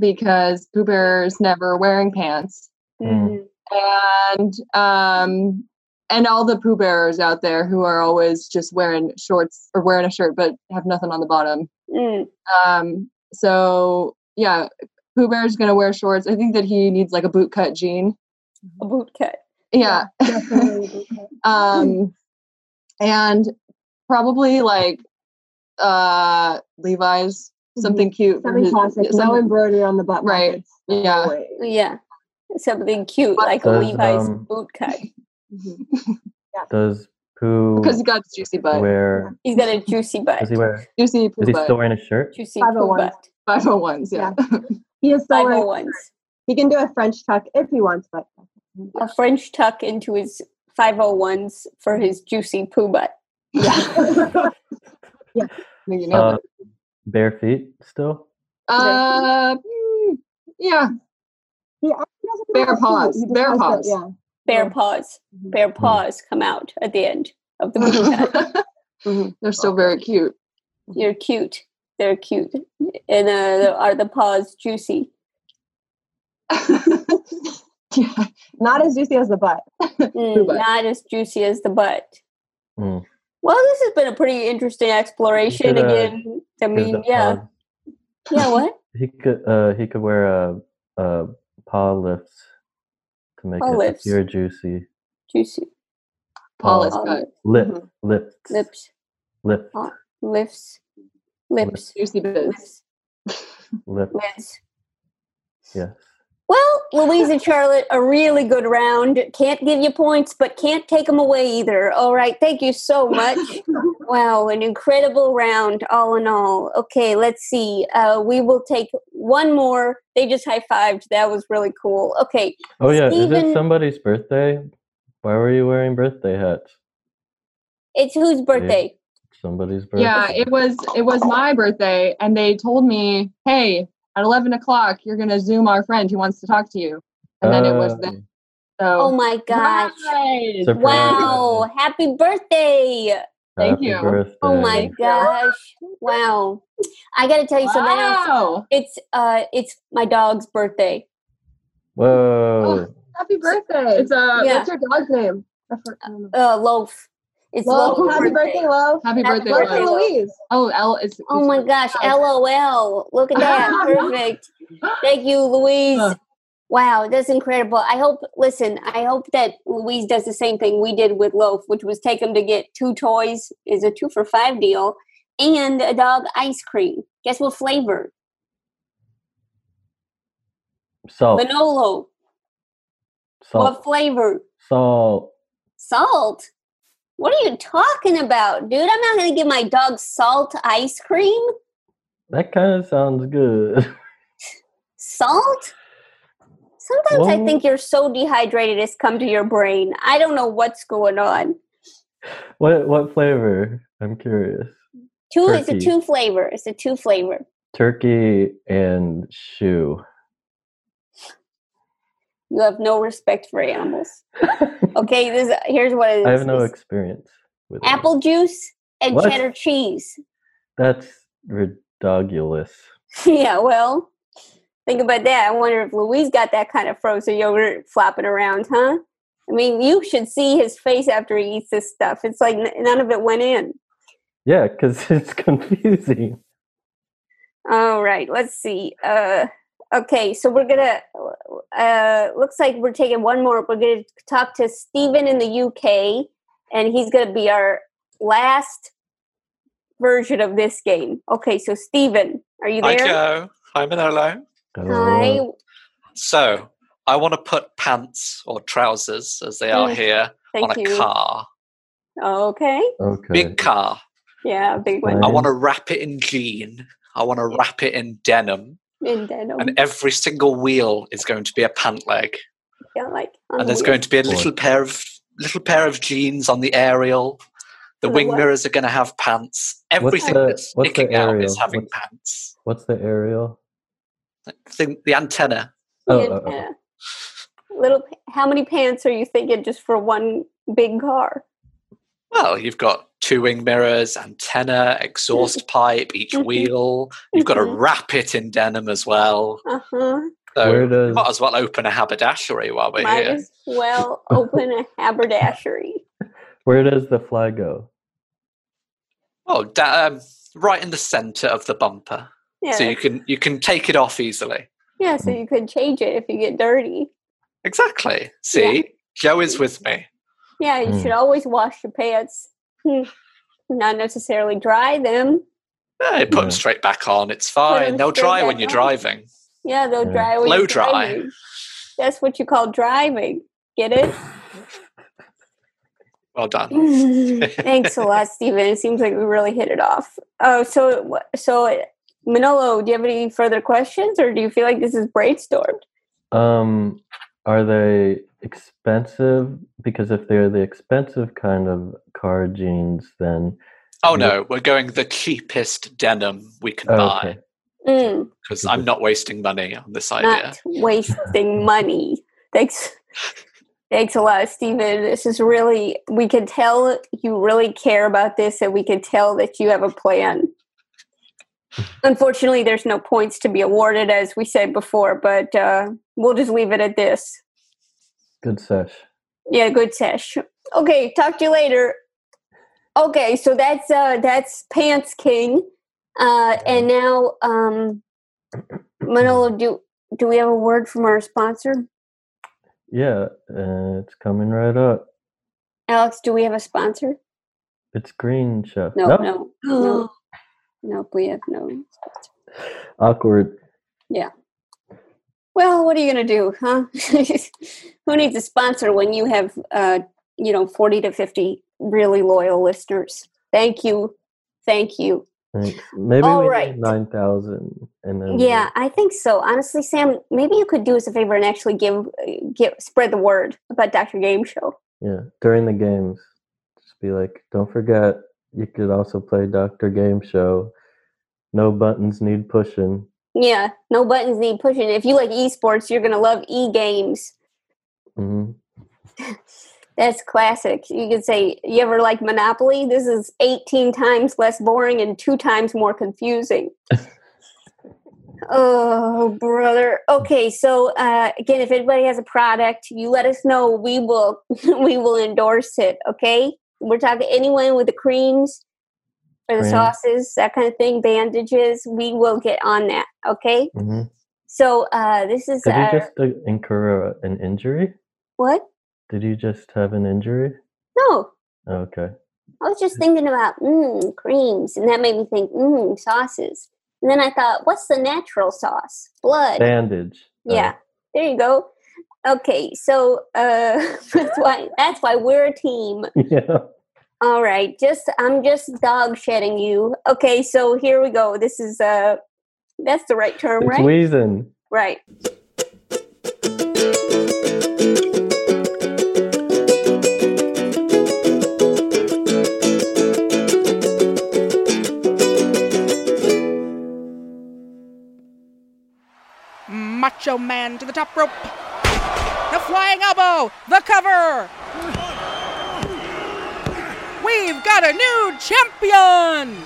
L: because Pooh Bear's never wearing pants,
A: Mm-hmm.
B: Hmm.
L: and um, and all the Pooh Bearers out there who are always just wearing shorts or wearing a shirt but have nothing on the bottom.
A: Mm.
L: Um, so yeah, Pooh Bear's gonna wear shorts. I think that he needs like a boot cut jean.
A: A boot cut.
L: Yeah.
F: Hmm.
L: um, and probably like uh Levi's,
F: Mm-hmm.
L: something cute. for
A: Something
L: his-
A: classic, no
L: embroidery on the butt. Right. Yeah.
A: Yeah. Something cute like a
B: Does,
A: Levi's
B: um,
A: boot cut.
B: Does Pooh
L: Because he got his juicy butt.
B: wear
A: He's got a juicy butt.
B: does he wear
L: Juicy
B: is
L: Pooh
B: he
L: butt.
B: still wearing a shirt?
A: Juicy Pooh butt.
L: 501s, yeah. He is
A: still wearing a shirt.
L: He can do a French tuck if he wants, but
A: A French tuck into his 501s for his juicy Pooh butt.
L: you
A: nailed
B: Uh, bare feet still?
L: uh mm, yeah. Yeah. Bare paws. Bare paws. Hmm.
A: Bare paws. Bare paws come out at the end of the boot cut.
L: Mm-hmm. They're still very cute. Mm-hmm.
A: You're cute. They're cute. And uh, are the paws juicy?
L: Not as juicy as the butt.
A: Mm, not as juicy as the butt.
B: Mm.
A: Well, this has been a pretty interesting exploration.
B: Should, uh,
A: Again, I
B: give
A: mean,
B: the
A: yeah.
B: paw-
A: Yeah, what?
B: He could uh he could wear a a paw lifts to make
A: Paw
B: it
A: lifts.
B: appear juicy.
A: Juicy. Mm-hmm.
L: Paul
B: Paw-
L: is cut.
B: Lip
L: Mhm.
B: lip
A: Lips.
B: lip
A: Paw. Lifts. Lips.
L: Juicy bits.
B: lip.
A: Lips.
B: Yes.
A: Well, Louise and Charlotte, a really good round. Can't give you points, but can't take them away either. All right, thank you so much. wow, an incredible round, all in all. Okay, let's see. Uh, we will take one more. They just high fived. That was really cool. Okay,
B: Oh yeah, is
A: Steven-
B: it somebody's birthday? Why were you wearing birthday hats?
A: it's whose birthday?
B: Somebody's birthday.
L: Yeah, it was it was my birthday, and they told me, "Hey, at eleven o'clock, you're gonna Zoom our friend who wants to talk to you." And then it was
D: Uh.
B: Oh.
L: then.
A: Oh
L: So
A: my gosh.
B: Surprise.
A: Wow, happy birthday.
L: Thank
B: Happy
L: you.
B: birthday.
A: Oh my gosh! Wow, I got to tell you something else.
L: Wow.
A: It's uh, it's my dog's birthday.
B: Whoa.
L: happy birthday! It's uh,
A: Yeah.
L: what's your dog's name? I for- I don't know.
A: Uh, loaf. It's
L: Loaf,
A: loaf.
L: happy birthday, Loaf. Happy
A: birthday, Loaf.
L: Louise. Oh, L is.
A: Oh my gosh! LOL. Look at that. Perfect. Thank you, Louise. Wow, that's incredible. I hope. Listen, I hope that Louise does the same thing we did with Loaf, which was take him to get two toys. Is a two for five deal, and a dog ice cream. Guess what flavor?
B: Salt.
A: Manolo.
B: Salt.
A: What flavor?
B: Salt.
A: Salt? What are you talking about, dude? I'm not going to give my dog salt ice cream.
B: That kind of sounds good.
A: Salt? Sometimes I
B: Well-
A: think you're so dehydrated it's come to your brain. I don't know what's going on.
B: what what flavor? I'm curious.
A: Two it's a
B: Turkey.
A: two flavor. It's a two flavor.
B: Turkey and shoe.
A: You have no respect for animals. okay, this here's what it is.
B: I have no
A: It's
B: experience with it.
A: apple juice and
B: What?
A: cheddar cheese.
B: That's ridiculous.
A: yeah, well, think about that. I wonder if Louise got that kind of frozen yogurt flopping around, huh? I mean, you should see his face after he eats this stuff. It's like n- none of it went in.
B: Yeah, because it's confusing.
A: All right, let's see. Uh, okay, so we're gonna. Uh, looks like we're taking one more. We're gonna talk to Stephen in the UK, and he's gonna be our last version of this game. Okay, so Stephen, are you
N: Hi,
A: there?
N: Joe. Hi, Manolo.
A: Hi.
N: So, I want to put pants or trousers, as they are
A: Mm,
N: here,
A: thank
N: on a
A: you.
N: car.
A: Okay.
B: Okay.
N: Big car.
A: Yeah, big one.
N: I want to wrap it in jean. I want to wrap it in denim.
A: in denim.
N: And every single wheel is going to be a pant leg.
A: yeah, like um, on
N: And
A: the
N: Oh, there's
A: wheel.
N: going to be a little pair of little pair of jeans on the aerial. The
A: On the
N: wing
A: what?
N: mirrors are going to have pants. Everything that's
B: what's the
N: sticking out
B: aerial?
N: is having
B: What's-
N: pants.
B: What's the aerial?
N: Thing, the antenna.
B: Oh,
A: Yeah,
B: oh, oh,
A: yeah. Little. p- How many pants are you thinking just for one big car?
N: Well, you've got two wing mirrors, antenna, exhaust pipe, each
A: Mhm.
N: wheel. You've got to
A: Mhm.
N: wrap it in denim as well.
A: Uh huh.
N: So
B: Where
N: we might as well open a haberdashery while we're
A: Might
N: here.
A: as well open a haberdashery.
B: where does the fly go?
N: Oh, da- um, right in the centre of the bumper, so
A: Yeah.
N: you can you can take it off easily.
A: Yeah, so you could change it if you get dirty.
N: Exactly. See, Joe is with me.
A: Yeah, you should
N: Mm.
A: always wash your pants. Hmm. Not necessarily dry them.
N: Yeah, put them straight back on. It's fine.
A: them
N: They'll
A: straight
N: dry when
A: back
N: you're
A: on.
N: driving.
A: Yeah, they'll
N: Yeah.
A: dry when
N: Blow
A: you're
N: dry.
A: driving. That's what you call driving. Get it?
N: Well done.
A: Thanks a lot, Stephen. It seems like we really hit it off. Oh, so so Manolo, do you have any further questions, or do you feel like this is brainstormed?
B: Um, are they expensive? Because if they're the expensive kind of car jeans, then
N: Oh no, we're going the cheapest denim we can
B: Oh,
N: buy.
B: okay.
A: Mm,
N: because I'm not wasting money on this idea.
A: not wasting money. Thanks. Thanks a lot, Stephen. This is really, we can tell you really care about this and we can tell that you have a plan. Unfortunately, there's no points to be awarded, as we said before, but uh, we'll just leave it at this.
B: Good sesh.
A: Yeah, good sesh. Okay, talk to you later. Okay, so that's uh that's Pants King. Uh and now um Manolo do do we have a word from our sponsor?
B: Yeah, uh, it's coming right up.
A: Alex, do we have a sponsor?
B: It's Green Chef.
A: No, no. No. Nope, we have no sponsor.
B: Awkward.
A: Yeah. Well, what are you going to do, huh? Who needs a sponsor when you have uh you know 40 to 50 really loyal listeners. Thank you. Thank you.
B: Thanks. Maybe
A: All
B: we
A: right.
B: need 9,000 and then
A: Yeah, I think so. Honestly, Sam, maybe you could do us a favor and actually give, give spread the word about Dr. Game Show.
B: yeah, during the games just be like, don't forget you could also play Dr. Game Show. No buttons need pushing.
A: Yeah, no buttons need pushing. If you like esports, you're going to love e games.
B: hmm
A: That's classic. You could say, you ever like Monopoly? This is 18 times less boring and two times more confusing. oh, brother. Okay, so uh, again, if anybody has a product, you let us know. We will we will endorse it. Okay, we're talking anyone with the creams or the
C: Cream.
A: sauces, that kind of thing, bandages. We will get on that. Okay.
B: hmm
A: So uh, this is
B: Did
A: uh,
B: you just uh, incur a- an injury?
A: what?
B: Did you just have an injury?
A: No,
B: Okay.
A: I was just thinking about mmm creams, and that made me think mmm sauces. And then I thought, what's the natural sauce? Blood.
B: Bandage.
A: Yeah, there you go. Okay, so uh, that's why that's why we're a team.
B: Yeah.
A: All right, just I'm just dog shedding you. Okay, so here we go. This is uh, that's the right term,
B: It's
A: right?
B: wheezing.
A: Right.
O: Macho Man to the top rope. The flying elbow. The cover. We've got a new champion.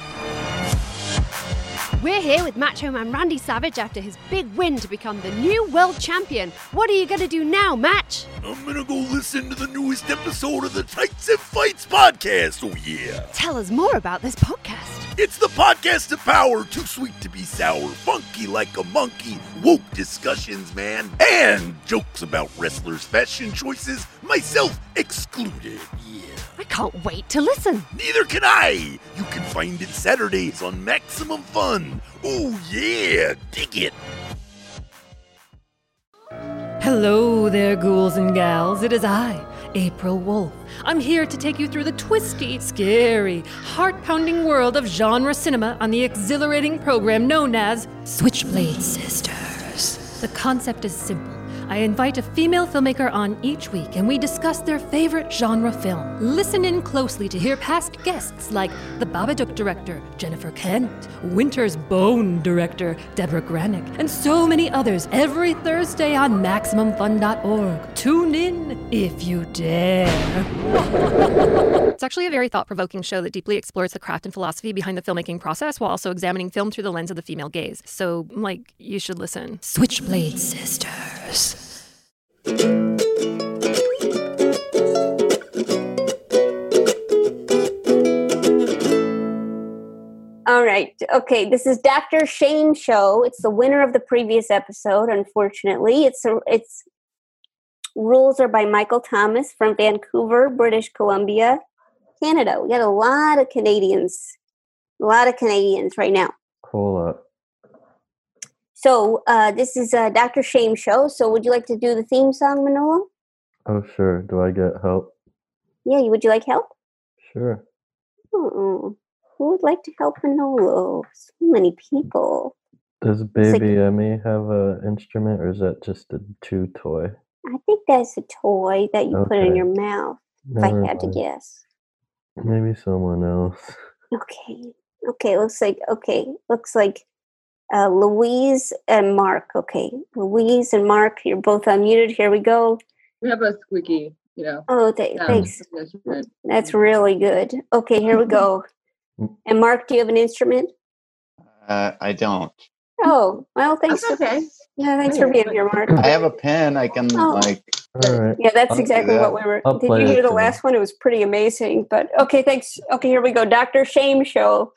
P: We're here with Macho Man Randy Savage after his big win to become the new world champion. What are you going to do now, Match?
Q: I'm gonna go listen to the newest episode of the Tights and Fights podcast. Oh yeah.
P: Tell us more about this podcast.
Q: It's the podcast of power, too sweet to be sour, funky like a monkey, woke discussions, man, and jokes about wrestlers' fashion choices, myself excluded.
P: I can't wait to listen.
Q: Neither can I. You can find it Saturdays on Maximum Fun. Oh yeah, dig it.
R: Hello there, ghouls and gals. It is I, April Wolf. I'm here to take you through the twisty, scary, heart pounding world of genre cinema on the exhilarating program known as Switchblade Sisters. The concept is simple. I invite a female filmmaker on each week and we discuss their favorite genre film. Listen in closely to hear past guests like the Babadook director, Jennifer Kent, Winter's Bone director, Deborah Granick, and so many others every Thursday on MaximumFun.org. Tune in if you dare.
S: It's actually a very thought provoking show that deeply explores the craft and philosophy behind the filmmaking process while also examining film through the lens of the female gaze. So, like, you should listen.
R: Switchblade Sisters.
A: All right. Okay. This is Dr. Shane Show. It's the winner of the previous episode, unfortunately. It's a, it's rules are by Michael Thomas from Vancouver, British Columbia, Canada. We got a lot of Canadians. A lot of Canadians right now.
B: Cola.
A: So uh, this is uh, Dr. Shane Show. So would you like to do the theme song, Manolo?
B: Oh, sure. Do I get help?
A: Yeah. You Would you like help?
B: Sure.
A: Oh, who would like to help Manolo? So many people.
B: Does
A: like-
B: Baby Emmy have a instrument or is that just a chew toy?
A: I think that's a toy that you put in
B: Okay.
A: your mouth.
B: Never
A: if I had to
B: mind.
A: guess.
B: Maybe someone else.
A: Okay. Okay. Looks like okay. Looks like uh, Louise and Mark. Okay, Louise and Mark, you're both unmuted. Here we go.
L: We have a squeaky, you know.
A: Oh, th-
L: sound
A: thanks.
L: from the instrument.
A: That's really good. Okay, here we go. And Mark, do you have an instrument?
G: Uh, I don't.
A: Oh, well, thanks. For, Yeah, thanks for being here, Mark.
G: Mm. I have a pen. I can
A: Oh.
G: like.
A: Yeah, that's
G: I'll do
A: exactly
G: that.
A: what we were.
G: I'll
A: Did
G: play
A: you
G: it
A: hear the
G: then.
A: last one? It was pretty amazing. But okay, thanks. Okay, here we go. Doctor Shame Show.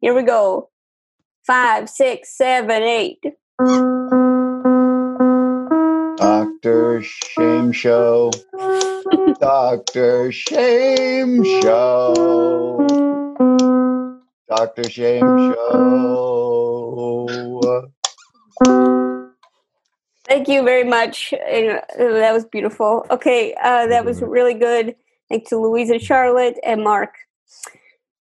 A: Here we go. Five, six, seven, eight.
G: Doctor Shame Show. Doctor Shame Show. Doctor Shame Show.
A: Thank you very much. And, uh, that was beautiful. Okay, uh, that was really good. Thanks to Louise and Charlotte and Mark.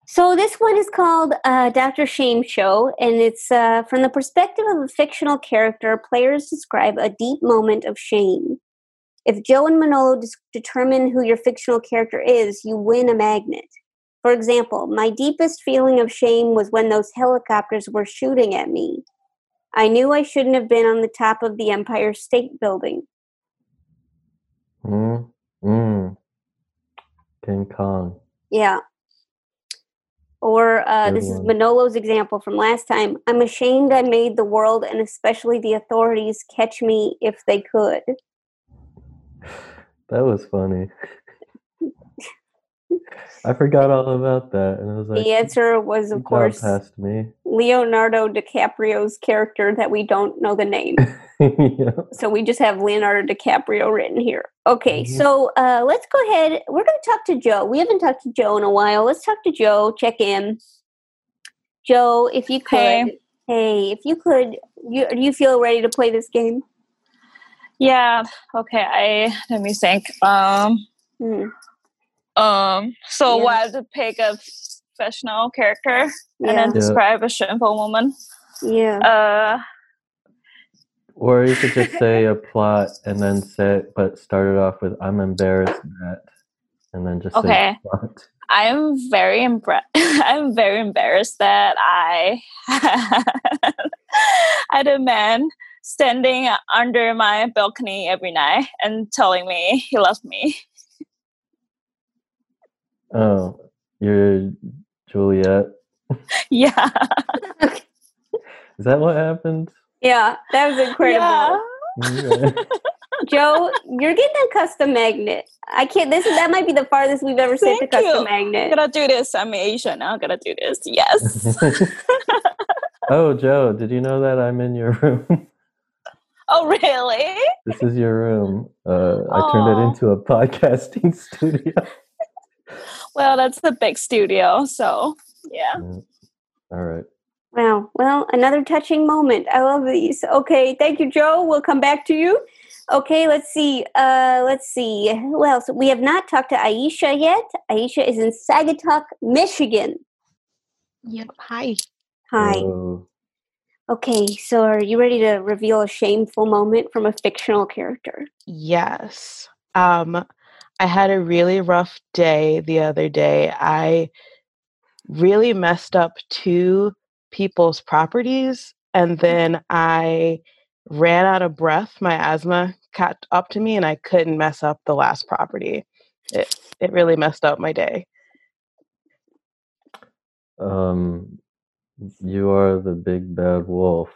A: So this one is called uh, Dr. Shame Show, and it's uh, from the perspective of a fictional character. Players describe a deep moment of shame. If Joe and Manolo dis- determine who your fictional character is, you win a magnet. For example, my deepest feeling of shame was when those helicopters were shooting at me. I knew I shouldn't have been on the top of the Empire State Building.
B: Mm, mm. King Kong.
A: Yeah. Or uh, this is
B: Good one.
A: Manolo's example from last time. I'm ashamed I made the world and especially the authorities catch me if they could.
B: That was funny. I forgot all about that, and I was like,
A: the answer was, of
B: "Good job,
A: course,
B: past me."
A: Leonardo DiCaprio's character that we don't know the name.
B: yeah.
A: so we just have Leonardo DiCaprio written here. Okay,
B: Mhm.
A: so uh, let's go ahead. We're going to talk to Joe. We haven't talked to Joe in a while. Let's talk to Joe. Check in. Joe, if you could, hey, if you could, you, do you feel ready to play this game?
C: Yeah. Okay. I let me think. Um. Um. So
A: Hmm. Yeah.
C: what? I have to pick a fictional character
A: Yeah.
C: and then
B: Yeah.
C: describe a shameful woman.
A: Yeah.
C: Uh.
B: Or you could just say a plot and then say, but start it off with, "I'm embarrassed that," and then just
C: Okay.
B: say the plot.
C: I'm very embra- I'm very embarrassed that I had a man standing under my balcony every night and telling me he loved me.
B: Oh, you're Juliet.
C: Yeah.
B: Is that what happened?
A: Yeah, that was incredible.
B: Okay.
A: Joe, you're getting a custom magnet. I can't. This that might be the farthest we've ever sent a
C: Thank you.
A: custom magnet.
C: I'm gonna do this. I'm Asian. I'm gonna do this. Yes.
B: oh, Joe, did you know that I'm in your room?
C: oh, really?
B: this is your room. Uh, I turned it
C: Aw.
B: into a podcasting studio.
C: Well, oh, that's the big studio. So, yeah.
B: All right.
A: Wow. Well, another touching moment. I love these. Okay. Thank you, Joe. We'll come back to you. Okay. Let's see. Uh, let's see. Who else? We have not talked to Aisha yet. Aisha is in Sagatuck, Michigan.
K: Yep. Hi.
A: Hi. Okay. So, are you ready to reveal a shameful moment from a fictional character?
K: Yes. Um, I had a really rough day the other day. I really messed up two people's properties, and then I ran out of breath. My asthma caught up to me, and I couldn't mess up the last property. It it really messed up my day.
B: Um, you are the big bad wolf.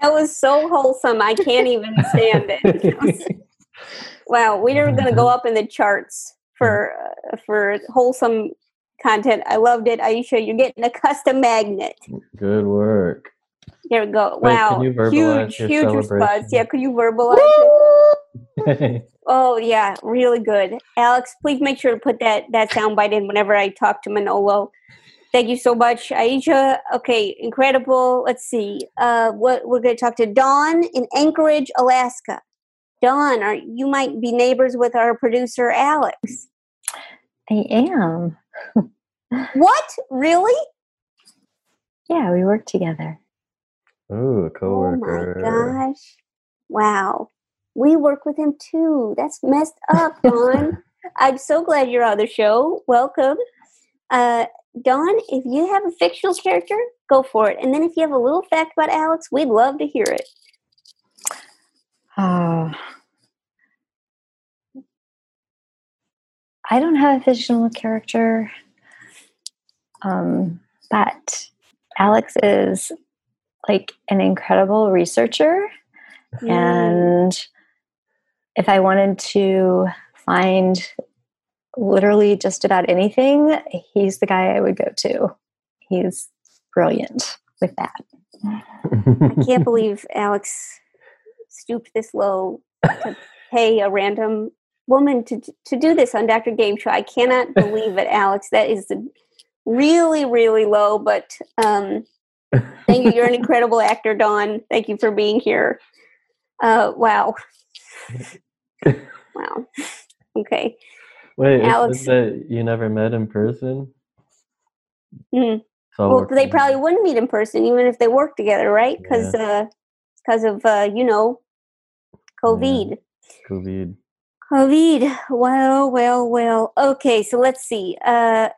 A: That was so wholesome. I can't even stand it. wow. We are going to go up in the charts for uh, for wholesome content. I loved it, Aisha. You're getting a custom magnet.
B: Good work.
A: There we go.
B: Wait,
A: wow.
B: can you verbalize
A: huge,
B: your
A: huge response.
B: celebration?
A: Yeah, could you verbalize it?
B: All
A: Oh yeah, really good. Alex, please make sure to put that that soundbite in whenever I talk to Manolo. Thank you so much, Aisha. Okay, incredible. Let's see. Uh, what we're going to talk to Dawn in Anchorage, Alaska. Dawn, are you might be neighbors with our producer Alex?
T: I am.
A: What? Really?
T: Yeah, we work together.
C: Oh
B: Ooh, a coworker.
A: Oh Gosh. Wow. We work with him too. That's messed up, Dawn. I'm so glad you're on the show. Welcome. Uh, Dawn, if you have a fictional character, go for it. And then if you have a little fact about Alex, we'd love to hear it.
T: Oh. I don't have a fictional character. Um, but Alex is like an incredible researcher. And if I wanted to find literally just about anything, he's the guy I would go to. He's brilliant with that.
A: I can't believe Alex stooped this low to pay a random woman to to do this on Dr. Game Show. I cannot believe it, Alex. That is really really low, but um, thank you. You're an incredible actor, Dawn. Thank you for being here. Uh, wow. Wow. Okay.
B: Wait,
A: Alex-
B: Alex, that you never met in person?
A: Mm.
B: It's all
A: Well,
B: work-
A: they probably wouldn't meet in person, even if they worked together, right? Because because of uh, you know, COVID.
B: COVID.
A: COVID. Well, well, well. Okay, so let's see. Uh,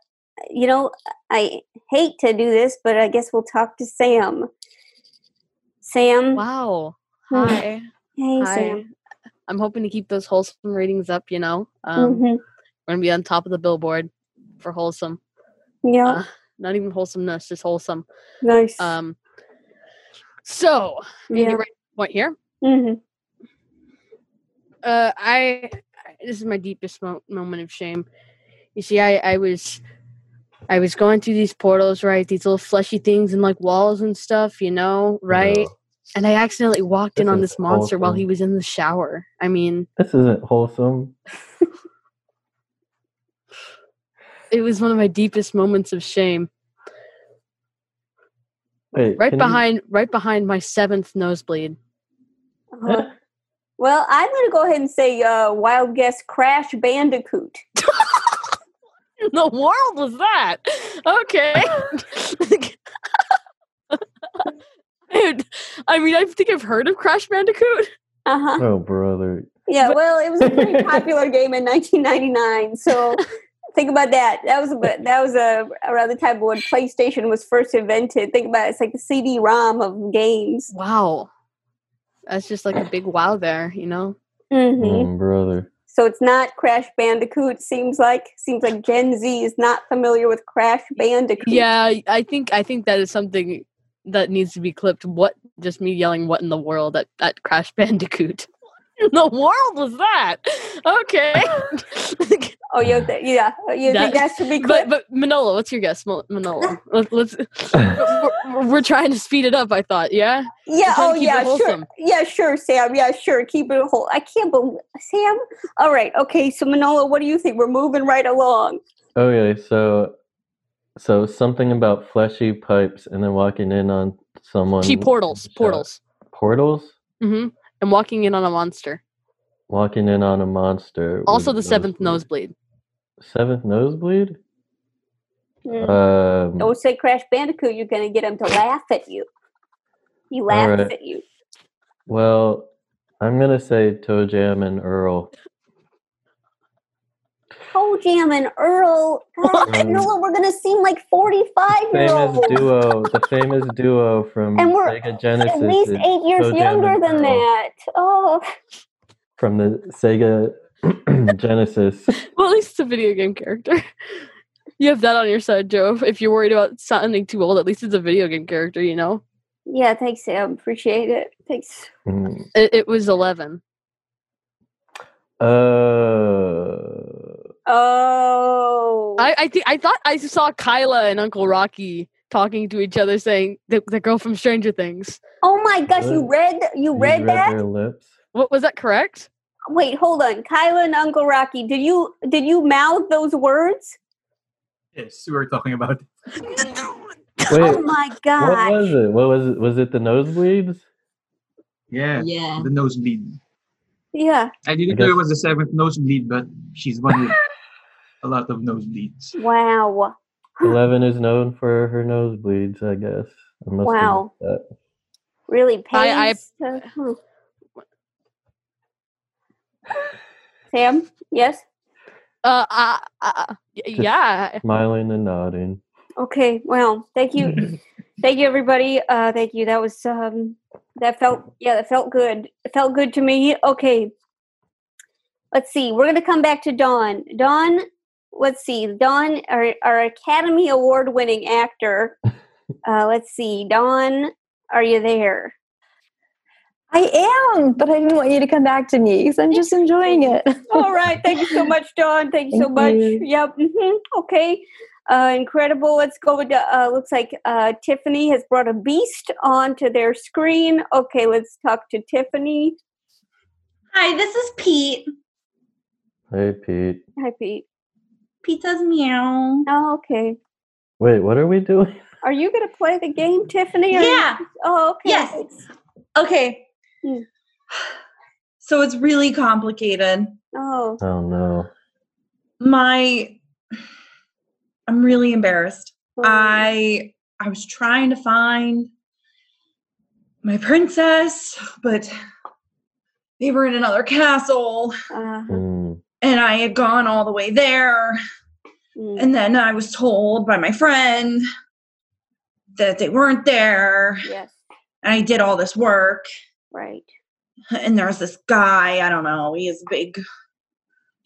A: you know, I hate to do this, but I guess we'll talk to Sam. Sam.
F: Wow.
A: Hmm.
F: Hi.
A: Hey,
F: Hi.
A: Sam.
F: I'm hoping to keep those wholesome ratings up, you know. Um,
A: Mhm.
F: We're going to be on top of the billboard for wholesome.
A: Yeah.
F: Uh, not even wholesomeness, just wholesome.
A: Nice.
F: Um, so, I mean,
A: Yeah.
F: you're right at the point here.
A: Mhm.
F: Uh, I, I this is my deepest mo- moment of shame. You see, I, I was I was going through these portals, right? These little fleshy things and like walls and stuff, you know, right? And I accidentally walked in
B: This
F: on
B: is
F: this monster while he
B: wholesome.
F: was in the shower. I mean,
B: This isn't wholesome.
F: it was one of my deepest moments of shame.
B: Wait,
F: Right
B: can you-
F: behind, right behind my seventh nosebleed.
A: Uh, well, I'm going to go ahead and say uh, wild guess Crash Bandicoot.
F: in the world was that? Okay. Dude, I mean, I think I've heard of Crash Bandicoot.
A: Uh huh.
B: Oh, brother.
A: Yeah, well, it was a pretty popular game in 1999. So think about that. That was a bit- that was a around the time when PlayStation was first invented. Think about it. it's like the CD-ROM of games.
F: Wow, that's just like a big wow there, you know.
A: hmm
B: Mm, brother.
A: So it's not Crash Bandicoot. Seems like seems like Gen Z is not familiar with Crash Bandicoot.
F: Yeah, I think I think that is something that needs to be clipped. What? Just me yelling, "What in the world?" at at Crash Bandicoot. What in the world was that? Okay.
A: oh, you th- yeah, you think that should be
F: But, but Manolo, what's your guess, Mo- Manolo? Let, let's. we're, we're- we're trying to speed it up. I thought, yeah.
A: Yeah.
F: We're trying
A: Oh,
F: to keep it
A: yeah. Sure.
F: wholesome.
A: Yeah. Sure, Sam. Yeah. Sure. Keep it whole. I can't believe Sam. All right. Okay. So Manola, what do you think? We're moving right along.
B: Okay, so so something about fleshy pipes and then walking in on someone.
F: She portals, portals.
B: Portals?
F: hmm And walking in on a monster.
B: Walking in on a monster. with
F: Also, the
B: those-
F: seventh nosebleed.
B: Seventh nosebleed? Um,
A: Hmm. Don't say Crash Bandicoot. You're going to get him to laugh at you. He laughs
B: right.
A: at you.
B: Well, I'm gonna say Toe Jam and Earl.
A: Toe Jam and Earl. God,
B: What?
A: Manola, we're going to seem like 45 year
B: Famous
A: olds.
B: duo, the famous duo from
A: And we're
B: Sega Genesis.
A: at least
B: is
A: eight years
B: Toe Jam and
A: younger than
B: Earl
A: that. Oh,
B: From the Sega Genesis.
F: Well, at least it's a video game character. You have that on your side, Joe. If you're worried about sounding too old, at least it's a video game character, you know?
A: yeah. Thanks, Sam. Appreciate it. Thanks.
B: Mm.
F: It, it was 11.
B: Uh,
A: Oh.
F: I, I, think I thought I saw Kyla and Uncle Rocky talking to each other saying, the, the girl from Stranger Things.
A: Oh my gosh, you
B: Good.
A: read you
B: you
A: read that?
B: their lips.
F: What was that correct?
A: Wait, hold on. Kyla and Uncle Rocky, did you did you mouth those words?
D: Yes, we were talking about.
B: Wait,
A: oh my
B: what
A: god.
B: was it? What was it? Was it the nosebleeds?
D: Yeah.
A: Yeah.
D: The nosebleed.
A: Yeah.
D: I didn't know it was the seventh nosebleed, but she's one with a lot of nosebleeds.
A: Wow.
B: Eleven is known for her nosebleeds, I guess. I must have
A: Wow.
B: missed that.
A: Really pays
F: I-
A: to- hmm. Sam? Yes?
F: Uh, uh, uh y-
B: Just
F: yeah.
B: Smiling and nodding.
A: Okay. Well, thank you. thank you everybody. Uh thank you. That was um That felt yeah, that felt good. It felt good to me. Okay. Let's see. We're gonna come back to Dawn. Dawn, let's see. Dawn, our, our Academy Award winning actor. Uh, let's see. Dawn, are you there?
T: I am, but I didn't want you to come back to me because I'm just enjoying it.
A: All right. Thank you so much, Dawn. Thank you so
T: Thank
A: much.
T: you.
A: Yep. hmm Okay. Uh, incredible. Let's go with. the- Uh, looks like uh, Tiffany has brought a beast onto their screen. Okay, let's talk to Tiffany.
I: Hi, this is Pete.
B: Hey, Pete.
A: Hi, Pete.
I: Pete does meow.
A: Oh, okay.
B: Wait, what are we doing?
A: Are you going to play the game, Tiffany? or-
I: Yeah.
A: Oh, okay.
I: Yes. Okay.
A: Hmm.
I: So it's really complicated.
A: Oh.
B: Oh no.
I: My I'm really embarrassed. I I was trying to find my princess, but they were in another castle.
A: Uh-huh.
I: And I had gone all the way there.
A: Mm.
I: And then I was told by my friend that they weren't there.
A: Yes.
I: And I did all this work.
A: Right.
I: And there's this guy, I don't know, he has a big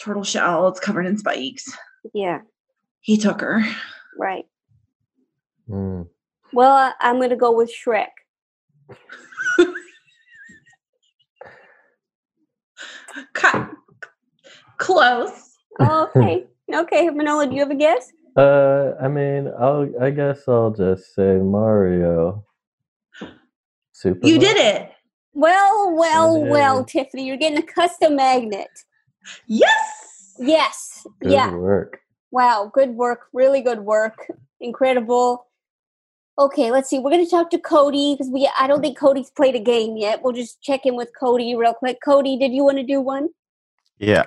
I: turtle shell. It's covered in spikes.
A: Yeah.
I: He took her.
K: Oh,
A: Right. Well, I- I'm going to go with Shrek.
I: Close.
A: Okay. Okay, Manola, do you have a guess?
B: Uh, I mean, I'll. I guess I'll just say Mario. Super.
I: it.
A: Well, well,
B: I
A: well, Tiffany, you're getting a custom magnet.
I: Yes.
A: Yes.
B: Good
A: yeah.
B: work.
A: Wow. Good work. Really good work. Incredible. Okay, let's see. We're going to talk to Cody because we I don't think Cody's played a game yet. We'll just check in with Cody real quick. Cody, did you want to do one?
E: Yeah.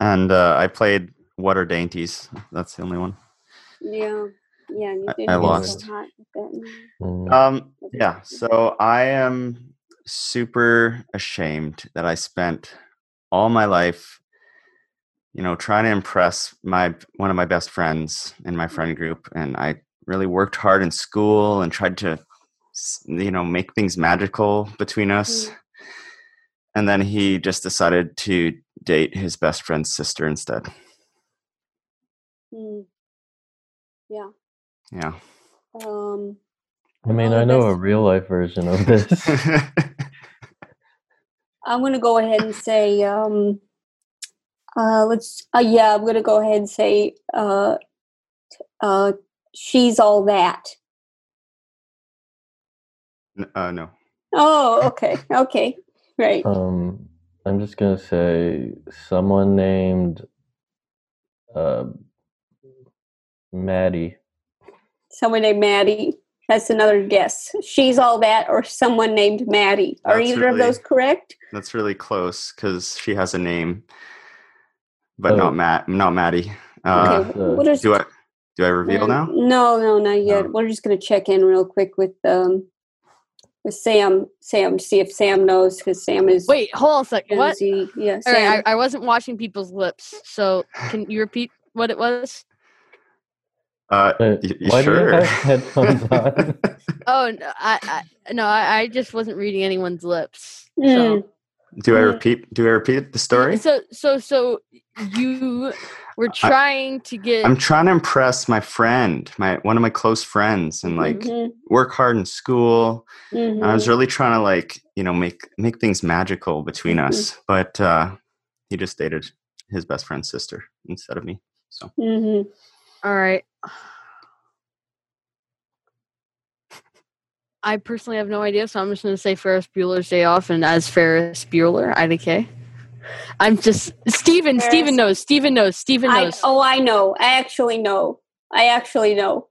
E: And uh, I played What Are Dainties. That's the only one.
A: Yeah. Yeah, you
E: I-
A: did.
E: I
A: You're so
E: lost.
A: hot with that.
E: Um, yeah. So I am super ashamed that I spent all my life, you know, trying to impress my one of my best friends in my friend group, and I really worked hard in school and tried to, s- you know, make things magical between us. And then he just decided to date his best friend's sister instead.
A: Hmm. Yeah.
E: Yeah.
A: Um,
B: I mean, I know a real life version of this.
A: I'm going to go ahead and say, um, uh, let's, uh, yeah, I'm going to go ahead and say, uh, t- uh, she's all that.
E: N- uh, no.
A: Oh, okay. Okay. Right.
E: Uh,
B: Um, I'm just gonna say someone named uh, Maddie.
A: Someone named Maddie. That's another guess. She's all that, or someone named Maddie. Are
E: That's
A: either of
E: really-
A: those correct?
E: That's really close because she has a name, but
B: Oh.
E: not Matt, not Maddie. Uh,
A: Okay, what is-
E: do I do I reveal now?
A: No, no, not yet. We're just going to check in real quick with um with Sam. Sam, see if Sam knows because Sam is
F: Wait, hold on a second. What?
A: Jonesy. Yeah,
F: All right,
A: Sam.
F: I, I wasn't watching people's lips. So can you repeat what it was?
E: Uh,
B: y-
E: you
B: why do
E: sure?
B: you have headphones on?
F: Oh no, I, I no, I, I just wasn't reading anyone's lips. So
E: Do I
F: Mm.
E: repeat? Do I repeat the story?
F: so so so you were trying to get.
E: I'm trying to impress my friend, my one of my close friends, and like
F: Mhm.
A: Mm-hmm.
E: work hard in school. And I was
A: Mhm.
E: really trying to like you know make make things magical between
A: Mm-hmm.
E: us, but uh, he just dated his best friend's sister instead of me. So
A: Mm-hmm.
F: All right. I personally have no idea, so I'm just going to say Ferris Bueller's Day Off, and as Ferris Bueller, IDK. I'm just Steven, Steven knows. Steven knows. Steven
A: I,
F: knows.
A: oh, I know. I actually know. I actually know.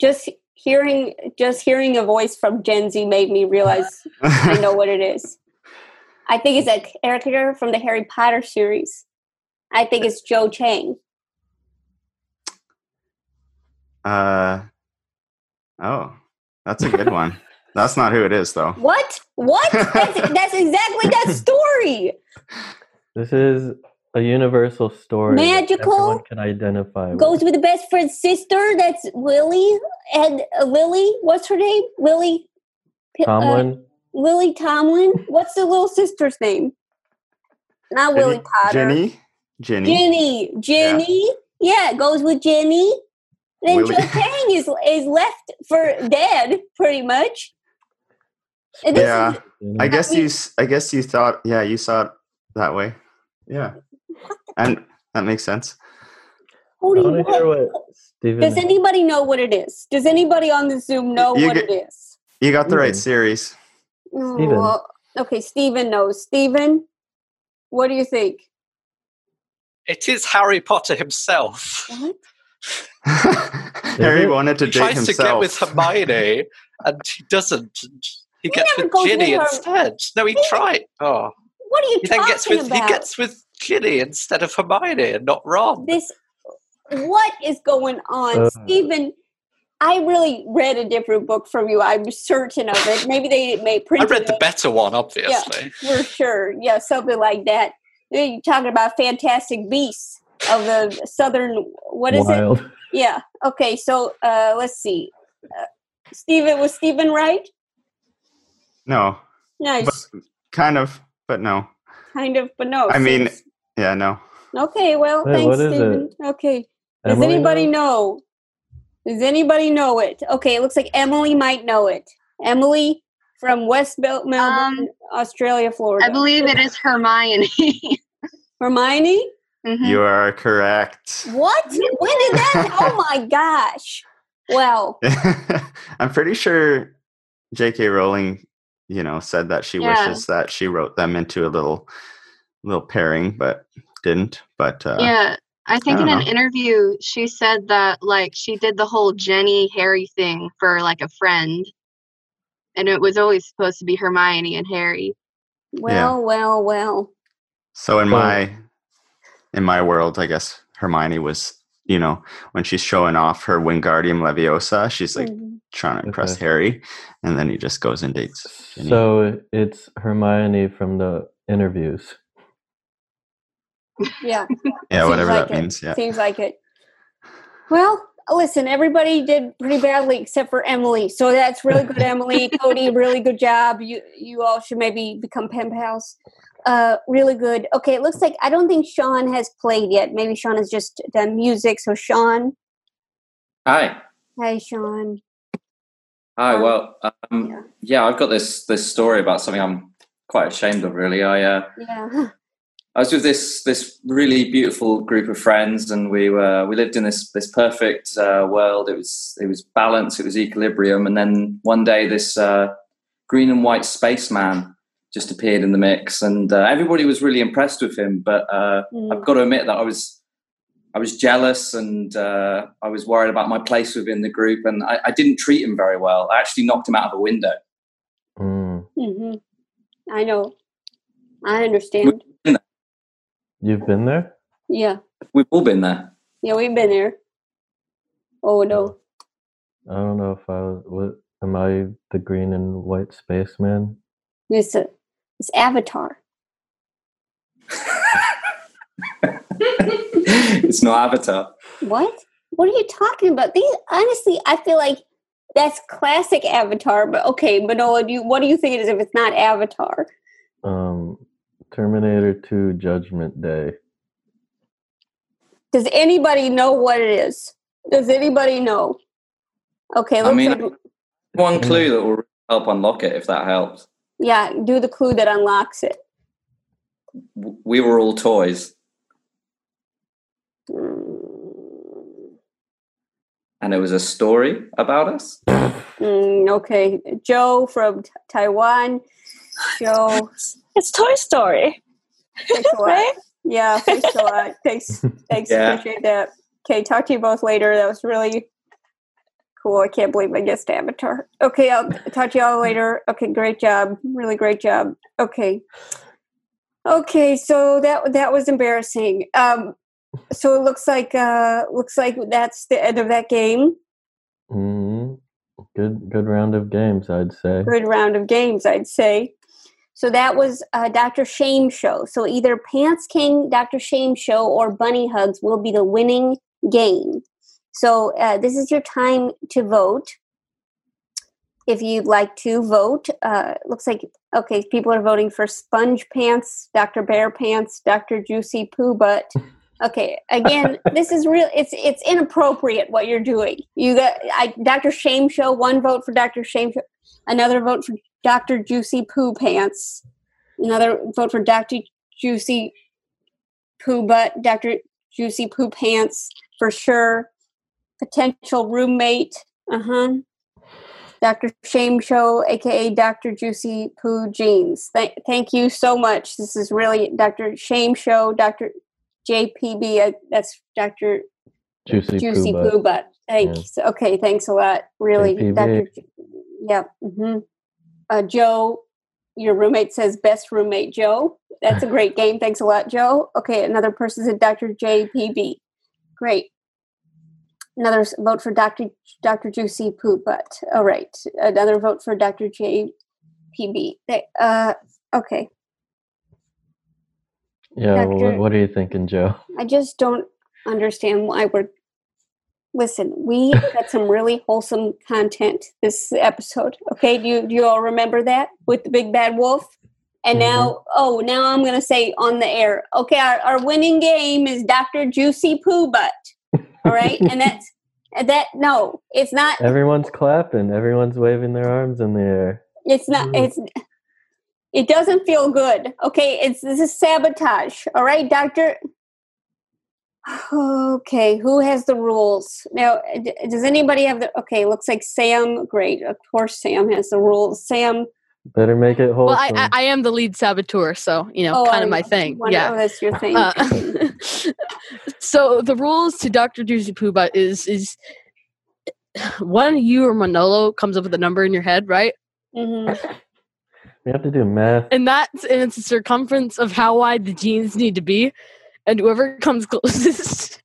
A: Just hearing, just hearing a voice from Gen Z made me realize I know what it is. I think it's a character from the Harry Potter series. I think it's Joe Chang.
E: Uh, oh, that's a good one. That's not who it is, though.
A: What? What? That's, that's exactly that story.
B: This is a universal story. that
A: Magical?
B: Everyone can identify. with.
A: Goes with the best friend's sister. That's Lily and uh, Lily. What's her name? Lily. Pi- uh,
B: Tomlin.
A: Lily Tomlin. What's the little sister's name? Not Willie Potter.
E: Jenny, Jenny,
A: Jenny. Jenny. Yeah, goes with Jenny. Then
E: Willie-
A: Joe Kang is is left for dead, pretty much. And this
E: yeah.
A: is-
E: I guess you. s- I guess you thought. Yeah, you saw it that way. Yeah, and that makes sense.
A: Cody,
E: I wanna
A: what-
E: hear
A: Does anybody know what it is? Does anybody on the Zoom know
E: You
A: what
E: get-
A: it is?
E: You got the right
B: Steven.
E: series.
A: Oh,
E: Steven.
A: well, okay, Steven knows. Steven, what do you think?
N: It is Harry Potter himself.
E: Harry wanted to
N: he
E: date
N: tries to get
E: himself.
N: with Hermione, and he doesn't. He gets
A: never
N: with
A: goes
N: Ginny
A: with her.
N: instead. No, he tried. Oh,
A: What are you
N: he
A: talking
N: then gets with
A: about?
N: he gets with Ginny instead of Hermione, and not Ron.
A: this what is going on
N: Uh.
A: stephen i really read a different book from you i'm certain of it maybe they may print
N: I read the
A: it
N: better one, obviously.
A: yeah for sure yeah something like that you're talking about fantastic beasts of the southern what is
B: Wild.
A: it yeah okay so uh let's see uh, stephen was stephen right
E: No,
A: nice
E: but kind of, but no.
A: kind of but no
E: I mean,
A: seems-
E: yeah, no.
A: okay well
E: Wait,
A: thanks
E: what is it?
A: stephen okay Does
E: Emily
A: anybody know? Does anybody know it? Okay, it looks like Emily might know it. Emily from West Bel- Melbourne, Australia, Florida.
M: Um, I believe it is Hermione.
A: Hermione? Hmm.
M: Mhm.
E: You are correct.
A: What? When did that? Oh my gosh. Wow.
E: I'm pretty sure J.K. Rowling, you know, said that she
M: Yeah.
E: wishes that she wrote them into a little little pairing, but didn't. But uh,
M: yeah. I think
E: I
M: in
E: don't
M: an
E: know.
M: interview she said that like she did the whole Jenny Harry thing for like a friend. And it was always supposed to be Hermione and Harry.
A: Well, well, well.
E: So in my in my world, I guess Hermione was, you know, when she's showing off her Wingardium Leviosa, she's like
M: Mm-hmm.
A: Mhm.
E: trying to impress Harry, and then he just goes and dates. Ginny.
B: So it's Hermione from the interviews.
A: Yeah.
E: Yeah,
A: Seems
E: whatever
A: like
E: that
A: it.
E: means, yeah.
A: Seems like it. Well, listen, everybody did pretty badly except for Emily. So that's really good, Emily. Cody, really good job. You you all should maybe become pen pals. Uh, really good. Okay, it looks like I don't think Sean has played yet. Maybe Sean has just done music. So Sean,
J: Hi.
A: hi Sean.
J: Hi. Well, um, yeah. I've got this this story about something I'm quite ashamed of. Really, I uh,
A: Yeah.
J: I was with this this really beautiful group of friends, and we were we lived in this this perfect uh, world. It was it was balance, it was equilibrium, and then one day this uh, green and white spaceman just appeared in the mix, and uh, everybody was really impressed with him. But uh,
A: Mm.
J: I've got to admit that I was I was jealous, and uh, I was worried about my place within the group, and I, I didn't treat him very well. I actually knocked him out of a window.
A: hmm I know. I understand.
B: You've been there?
A: Yeah.
J: We've all been there.
A: Yeah, we've been there. Oh no.
B: I don't know if I was. What, am I the green and white spaceman?
A: It's a, it's uh, Avatar.
J: It's not Avatar.
A: What? What are you talking about? These honestly, I feel like that's classic Avatar. But okay, Manola, do you, what do you think it is if it's not Avatar?
B: Um, Terminator 2 Judgment Day.
A: Does anybody know what it is? Does anybody know? Okay,
J: I
A: looks
J: mean,
A: like,
J: One clue that will help unlock it, if that helps.
A: yeah, do the clue that unlocks it.
J: We were all toys, and it was a story about us.
A: Mm, okay, Joe from T- Taiwan. Joe,
C: It's Toy Story.
A: thanks a lot. Yeah, thanks a lot. Thanks, thanks.
C: Yeah.
A: Appreciate that. Okay, talk to you both later. That was really cool. I can't believe I guessed Avatar. Okay, I'll talk to y'all later. Okay, great job. Really great job. Okay. Okay, so that that was embarrassing. Um, so it looks like uh, looks like that's the end of that game.
B: hmm Good, good round of games, I'd say.
A: Good round of games, I'd say. So that was uh, Dr. Shame Show. So either Pants King, Dr. Shame Show, or Bunny Hugs will be the winning game. So uh, this is your time to vote. if you'd like to vote, uh, it looks like okay, people are voting for Sponge Pants, Doctor Bear Pants, Doctor Juicy Poo Butt. Okay, again, this is real. It's it's inappropriate what you're doing. You got I, Doctor Shame Show. One vote for Doctor Shame Show. Another vote for Doctor Juicy Poo Pants. Another vote for Doctor Juicy Poo Butt. Doctor Juicy Poo Pants for sure. Potential roommate. Uh huh. Dr. Shame Show, aka Dr. Juicy Poo Jeans. Th- thank you so much. This is really Dr. Shame Show, Dr. JPB. uh, that's Dr.
B: Juicy,
A: Juicy Poo Butt. Thanks. Okay, thanks a lot. Really,
B: JPB.
A: Dr. Ju- yeah. hmm Uh, Joe, your roommate says best roommate Joe. That's a great game. Thanks a lot, Joe. Okay, another person said Dr. JPB. Great another s- vote for Dr. J- Dr. Juicy Poo Butt. All right, another vote for Dr. JPB. They, uh, okay,
B: Yeah, well, what,
A: Doctor-
B: what are you thinking, Joe?
A: I just don't understand why we're. Listen, we got some really wholesome content this episode. Okay, do you, do you all remember that with the big bad wolf? And now, oh, now I'm going to say on the air. Okay, our, our winning game is Dr. Juicy Poo Butt. All right, and that's and that. No, it's not.
B: Everyone's clapping. Everyone's waving their arms in the air.
A: It's not. It's. It doesn't feel good. Okay, it's this is sabotage. All right, Doctor. Okay, who has the rules now? d- Does anybody have the? Okay, looks like Sam. Great, of course Sam has the rules. Sam.
B: Better make it wholesome.
F: Well, I, I, I am the lead saboteur, so you know,
A: Oh,
F: kind
A: I
F: of my thing.
A: wonder-
F: Yeah.
A: oh, that's your thing.
F: Uh, so the rules to Doctor Doozy Poo Butt is is one you or Manolo comes up with a number in your head, right?
A: Mm-hmm.
B: we have to do math.
F: And that's and it's the circumference of how wide the jeans need to be, and whoever comes closest.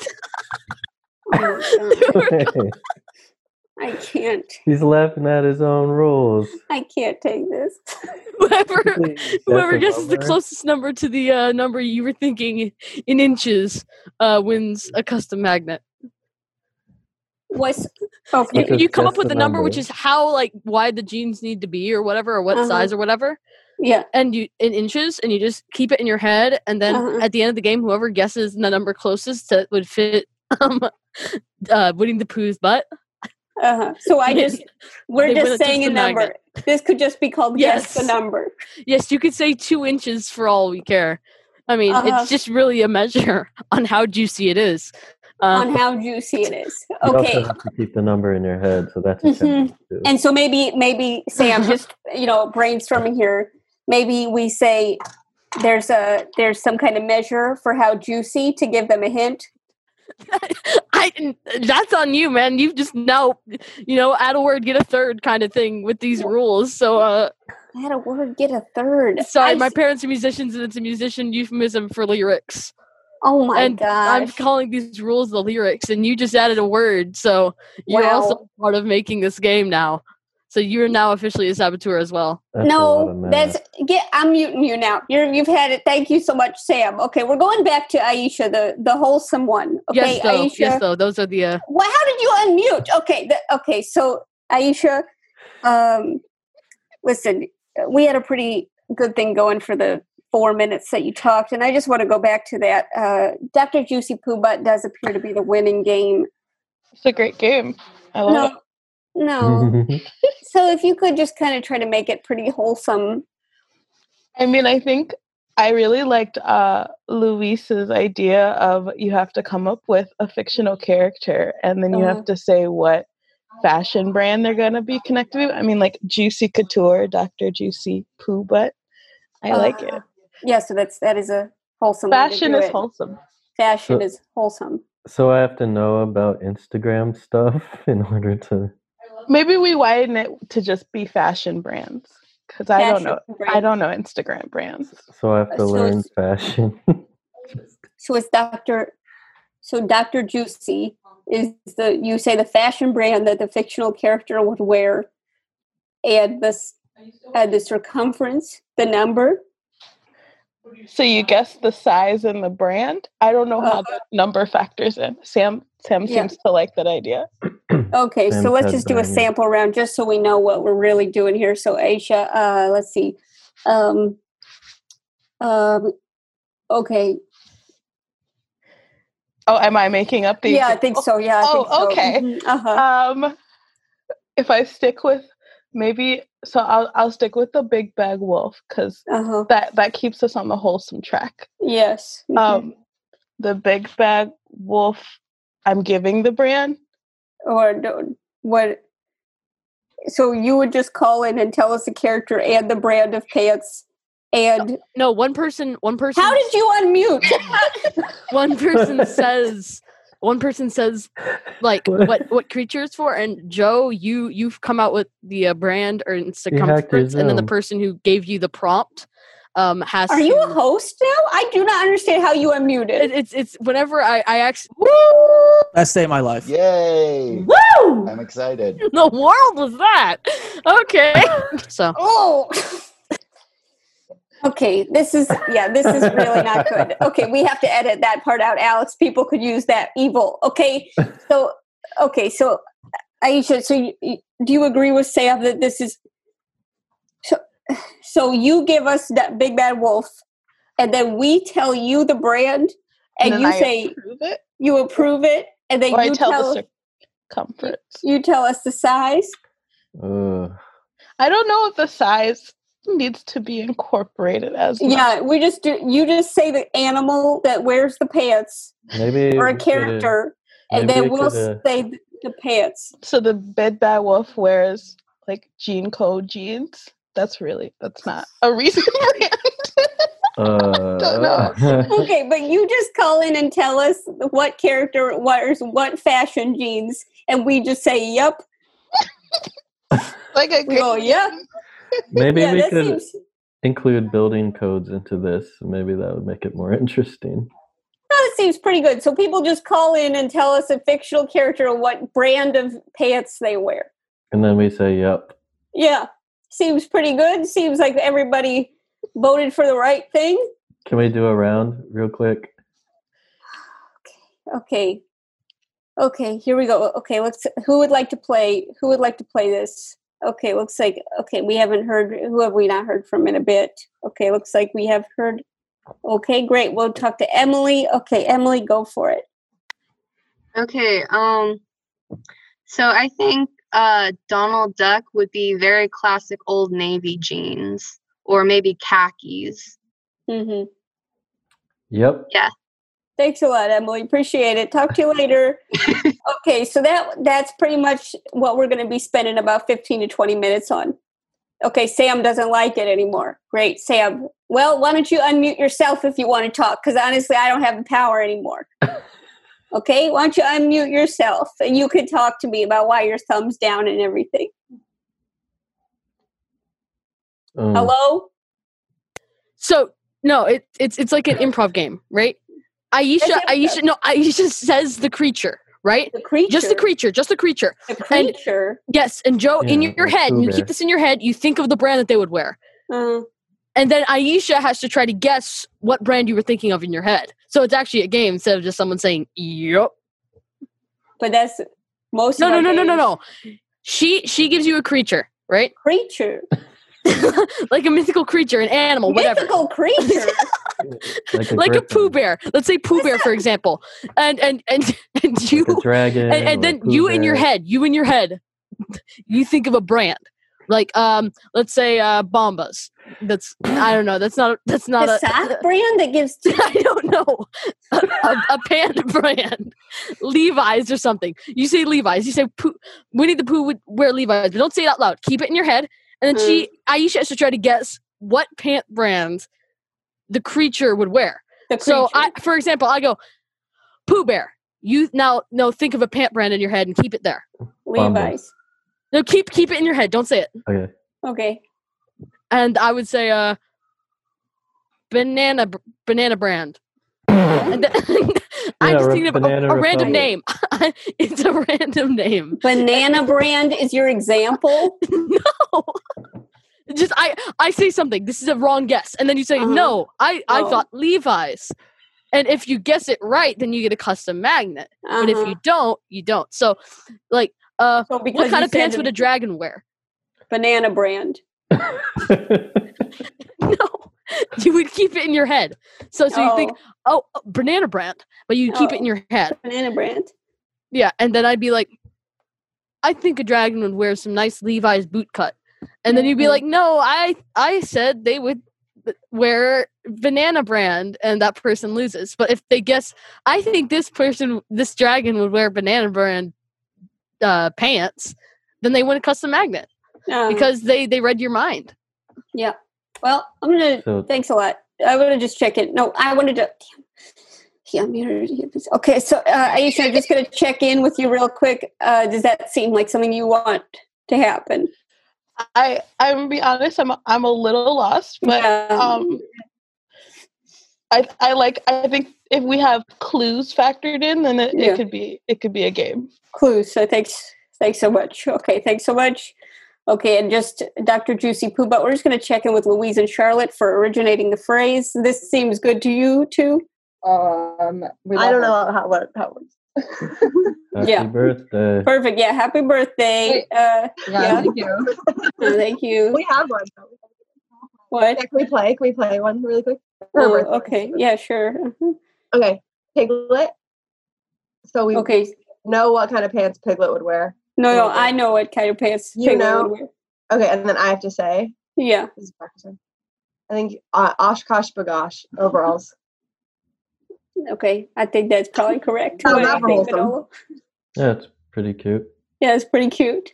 A: I can't.
B: He's laughing at his own rules.
A: I can't take this.
F: whoever whoever
B: the
F: guesses the
B: number?
F: closest number to the uh, number you were thinking in inches uh, wins a custom magnet.
A: What's oh, okay?
F: You,
B: Let's
F: you come
B: guess
F: up with
B: the
F: the number, which
B: number.
F: is how like wide the jeans need to be, or whatever, or what
A: Uh-huh.
F: size, or whatever.
A: Yeah.
F: And you in inches, and you just keep it in your head, and then
A: Uh-huh.
F: at the end of the game, whoever guesses the number closest that would fit um, uh, Winnie the Pooh's butt.
A: Uh-huh. So I just we're
F: They
A: just
F: win a
A: saying a
F: custom
A: number.
F: magnet.
A: This could just be called guess the
F: Yes.
A: number.
F: Yes, you could say two inches for all we care. I mean,
A: Uh-huh.
F: it's just really a measure on how juicy it is. Um,
A: on how juicy it is.
B: You also
A: Okay.
B: have to keep the number in your head, so that's a
A: Mhm.
B: challenge too.
A: And so maybe maybe Sam just you know brainstorming here. Maybe we say there's a there's some kind of measure for how juicy to give them a hint.
F: I that's on you, man. You've just now, you know, add a word, get a third kind of thing with these rules. So, uh,
A: Add a word, get a third.
F: sorry,
A: I
F: my
A: s-
F: parents are musicians, and it's a musician euphemism for lyrics.
A: Oh my
F: and I'm
A: gosh.
F: calling these rules the lyrics, and you just added a word, so you're also part of making this game now. So you're now officially a saboteur as well.
A: no, that's get. I'm muting you now. You're, you've had it. Thank you so much, Sam. Okay, we're going back to Aisha, the the wholesome one. Okay,
F: yes, though.
A: Aisha.
F: Yes, though. Those are the. Uh,
A: Well, how did you unmute? Okay, the, okay. So Aisha, um, listen, we had a pretty good thing going for the four minutes that you talked, and I just want to go back to that. Uh, Doctor Juicy Poo Butt does appear to be the winning game.
K: It's a great game. I love
A: No, no. so if you could just kind of try to make it pretty wholesome.
K: I mean, I think I really liked uh, Luis's idea of you have to come up with a fictional character and then you
A: Uh-huh.
K: have to say what fashion brand they're going to be connected with. I mean, like Juicy Couture, Dr. Juicy Poo Butt. I like it.
A: uh, Yeah, so that's that is a wholesome. way to
K: Fashion
A: do
K: is
A: it.
K: wholesome.
A: Fashion
B: So-
A: is wholesome.
B: So I have to know about Instagram stuff in order to.
A: Uh-huh.
K: Maybe we widen it to just be fashion brands because I don't
A: Fashion
K: know. I
A: brands.
K: don't know Instagram brands.
B: So I have to
A: So
B: learn
A: it's-
B: fashion.
A: So it's Doctor. So Doctor Juicy is the you say the fashion brand that the fictional character would wear, and the s- and the circumference, the number,
K: So you guess the size and the brand. I don't know how that number factors in. Sam Sam
A: Uh-huh. Yeah.
K: seems to like that idea.
A: Okay,
K: Sam
A: so let's
K: said
A: just do a
K: Diane.
A: sample round just so we know what we're really doing here. So Aisha, uh, let's see. Um, um, okay.
K: Oh, am I making up the?
A: Yeah, I think so. Yeah. I
K: oh,
A: think so.
K: okay.
A: Mhm, Uh-huh.
K: Um, if I stick with maybe, so I'll I'll stick with the big bag wolf because that that keeps us on the wholesome track.
A: Uh-huh. Yes. Mm-hmm.
K: Um, the big bag wolf. I'm giving the brand.
A: Or do- what? So you would just call in and tell us the character and the brand of pants and
F: no one person one person
A: How did you unmute?
F: one person says one person says like what what creature it's for and joe you you've come out with the uh, brand or in circumference and then the
A: Zoom.
F: person who gave you the prompt um has
A: Are you
F: to-
A: a host now? I do not understand how you unmuted.
F: it, it's it's whenever i i actually
H: Best day of my life.
G: Yay!
F: Woo!
G: I'm excited.
F: in the world was that okay so
A: oh Okay, this is yeah, this is really not good. Okay, we have to edit that part out, Alex. People could use that evil. Okay, so okay, so Aisha, so you, you- do you agree with Sam that this is so? So you give us that big bad wolf, and then we tell you the brand, and,
K: then
A: you
K: I
A: say
K: approve it?
A: you approve it, and then
K: Or I
A: you
K: tell the
A: tell
K: circumference.
A: you tell us the size.
B: Ugh.
K: I don't know if the size needs to be incorporated as much.
A: Yeah, we just do. You just say the animal that wears the pants
B: Maybe
A: or
B: we
A: a
B: coulda-
A: character, and
B: maybe
A: then
B: we
A: we'll
B: coulda-
A: say th- the pants.
K: So the bed bad wolf wears like jean code jeans. That's really that's not a reason.
B: Uh,
A: okay, but you just call in and tell us what character wears what fashion jeans, and we just say, "Yep."
K: like a
A: we go, Oh, "Yep."
B: maybe
A: Yeah,
B: we
A: that
B: could
A: seems-
B: include building codes into this. Maybe that would make it more interesting.
A: No, that seems pretty good. So people just call in and tell us a fictional character and what brand of pants they wear.
B: And then we say, "Yep."
A: Yeah, seems pretty good. Seems like everybody voted for the right thing.
B: Can we do a round real quick?
A: Okay. Okay, here we go. Okay, let's who would like to play who would like to play this? Okay, looks like okay, we haven't heard who have we not heard from in a bit? Okay, looks like we have heard Okay, great. We'll talk to Emily. Okay, Emily, go for it.
M: Okay, um so I think uh Donald Duck would be very classic old navy jeans or maybe khakis.
A: Mhm.
B: Yep.
M: Yeah.
A: Thanks a lot, Emily. Appreciate it. Talk to you later. okay, so that that's pretty much what we're going to be spending about 15 to 20 minutes on. Okay, Sam doesn't like it anymore. Great, Sam. Well, why don't you unmute yourself if you want to talk? Because honestly, I don't have the power anymore. Okay, why don't you unmute yourself and you could talk to me about why your thumb's down and everything.
B: Um,
A: Hello?
F: So no, it, it's it's like an improv game, right? Aisha, Aisha, no, Aisha says the creature, right?
A: The creature,
F: just the creature, just the creature,
A: the creature.
F: yes, and Joe, in
A: Yeah,
F: your
A: like
F: head,
A: Pooh
F: and you
A: Bear.
F: keep this in your head. You think of the brand that they would wear,
A: Uh,
F: and then Aisha has to try to guess what brand you were thinking of in your head. So it's actually a game instead of just someone saying "yup."
A: But that's most.
F: No,
A: of
F: no,
A: our
F: no, no, no,
A: games-
F: no. She she gives you a creature, right?
A: Creature,
F: like a mythical creature, an animal, whatever.
A: Mythical creature.
B: Like a,
F: like a
B: griffin,
F: Pooh Bear. Let's say Pooh Bear, for example, and and and and you
B: a dragon,
F: and, and
B: or a
F: then
B: Pooh
F: you in your
B: Bear.
F: head, you in your head, you think of a brand, like um, let's say uh, Bombas. That's I don't know. That's not that's not
A: the
F: a
A: sock brand that gives.
F: I don't know a, a panda brand, Levi's or something. You say Levi's. You say Pooh, Winnie the Pooh would wear Levi's, but don't say it out loud. Keep it in your head, and then she
A: Mm.
F: Aisha has to try to guess what pant brand the creature would wear. So, I, for example, I go Pooh Bear. You now no think of a pant brand in your head and keep it there.
B: Bombas. Levi's.
F: No, keep keep it in your head. Don't say it.
B: Okay.
A: Okay.
F: And I would say uh banana br- banana brand. And then- I'm
A: Yeah,
F: just
A: re-
F: thinking of a,
A: Banana
F: a random name.
A: Republic.
F: it's a random name.
A: Banana brand is your example.
F: just I I say something. This is a wrong guess, and then you say
U: Uh-huh.
F: no. I I
U: Oh.
F: thought Levi's, and if you guess it right, then you get a custom magnet. But if you
U: Uh-huh.
F: don't, you don't. So, like, uh,
A: because
F: what
A: you
F: kind of
A: said
F: pants
A: to
F: would
A: me-
F: a dragon wear?
A: Banana brand.
F: You would keep it in your head. So so you think oh uh, banana brand, but you keep it in
A: Oh.
F: your head.
A: Banana brand.
F: Yeah, and then I'd be like, I think a dragon would wear some nice Levi's boot cut, and then you'd
A: Mm-hmm.
F: be like, No, I I said they would b- wear banana brand, and that person loses. But if they guess, I think this person, this dragon would wear banana brand uh, pants, then they win a custom magnet
A: Um,
F: because they they read your mind.
A: Yeah. Well, I'm gonna.
F: So-
A: thanks a lot. I want to just check it. No, I wanted to. Damn. Yeah, I'm here. Okay, so uh, Aisha, I'm just gonna check in with you real quick. Uh, does that seem like something you want to happen?
K: I I'm gonna be honest, I'm I'm a little lost, but um I I like I think if we have clues factored in, then it,
A: Yeah.
K: it could be it could be a game.
A: Clues. So thanks. Thanks so much. Okay. Thanks so much. Okay, and just Dr. Juicy Pooh, but we're just going to check in with Louise and Charlotte for originating the phrase. This seems good to you too.
L: Um,
A: I don't
L: know how what how it works.
B: Happy
A: Yeah.
B: birthday.
A: Perfect. Yeah. Happy birthday. Uh, yeah.
L: Thank you.
A: Thank you.
L: We have one. don't we?
A: What?
L: Can we play? Can we play one really quick?
A: Oh,
L: Or we're-
A: okay. Yeah. Sure. Mhm.
L: Okay. Piglet. So we
A: Okay.
L: know what kind of pants Piglet would wear.
A: No, no. I know what kind of pants.
L: You
A: Piglet
L: know.
A: would wear.
L: Okay, and then I have to say.
A: Yeah.
L: This is practice one. I think uh, Oshkosh Bagosh overalls.
A: Okay. I think that's probably correct.
L: Sounds
A: What do you
L: awful
A: think,
L: wholesome.
A: Manolo?
B: Yeah, it's pretty cute.
A: Yeah, it's pretty cute.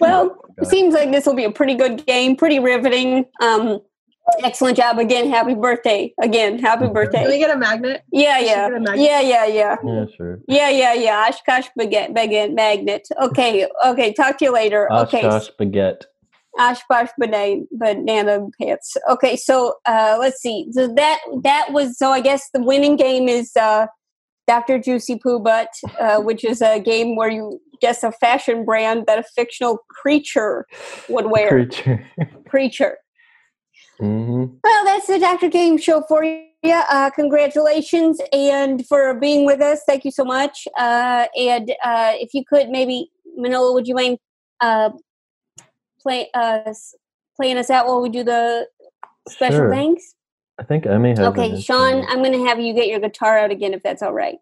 A: Well, it seems like this will be a pretty good game, pretty riveting. Um, excellent job again. Happy birthday again. Happy birthday.
L: Can we get a magnet?
A: Yeah,
L: Should we
A: yeah,
L: get a magnet?
A: yeah, yeah, yeah,
B: Yeah, sure.
A: yeah, yeah, yeah. Oshkosh baguette, baguette magnet. Okay, okay. Talk to you later.
B: Ah,
A: Okay,
B: Oshkosh baguette.
A: Oshkosh banana, banana pants. Okay, so uh, let's see. So that that was so. I guess the winning game is uh, Doctor Juicy Poo Butt, uh, which is a game where you guess a fashion brand that a fictional creature would wear.
B: Creature.
A: Creature.
B: hmm
A: Well, that's the Dr. Game Show for you. Uh, congratulations and for being with us. Thank you so much. Uh, and uh, if you could, maybe, Manola, would you mind uh, play, uh, s- playing us out while we do the special
B: Sure.
A: thanks?
B: I think Emmy has. an
A: Okay,
B: ins-
A: Sean, I'm going to have you get your guitar out again if that's all right.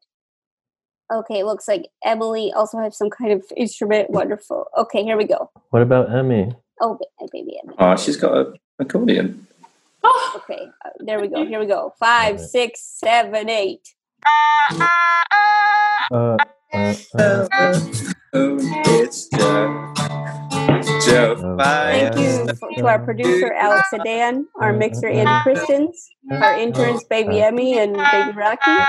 A: Okay, it looks like Emily also has some kind of instrument. Wonderful. Okay, here we go.
B: What about Emmy?
A: Oh, ba- baby Emily.
J: Oh, she's got a accordion.
A: Okay, uh, there we go. Here we go. Five, six, seven, eight.
B: Uh, uh, uh,
J: Oh, it's Joe. It's Joe.
B: uh,
J: Bye.
A: Thank you f- to our producer, Alex Adan, our mixer, Andy Christens, our interns, Baby Emmy and Baby Rocky.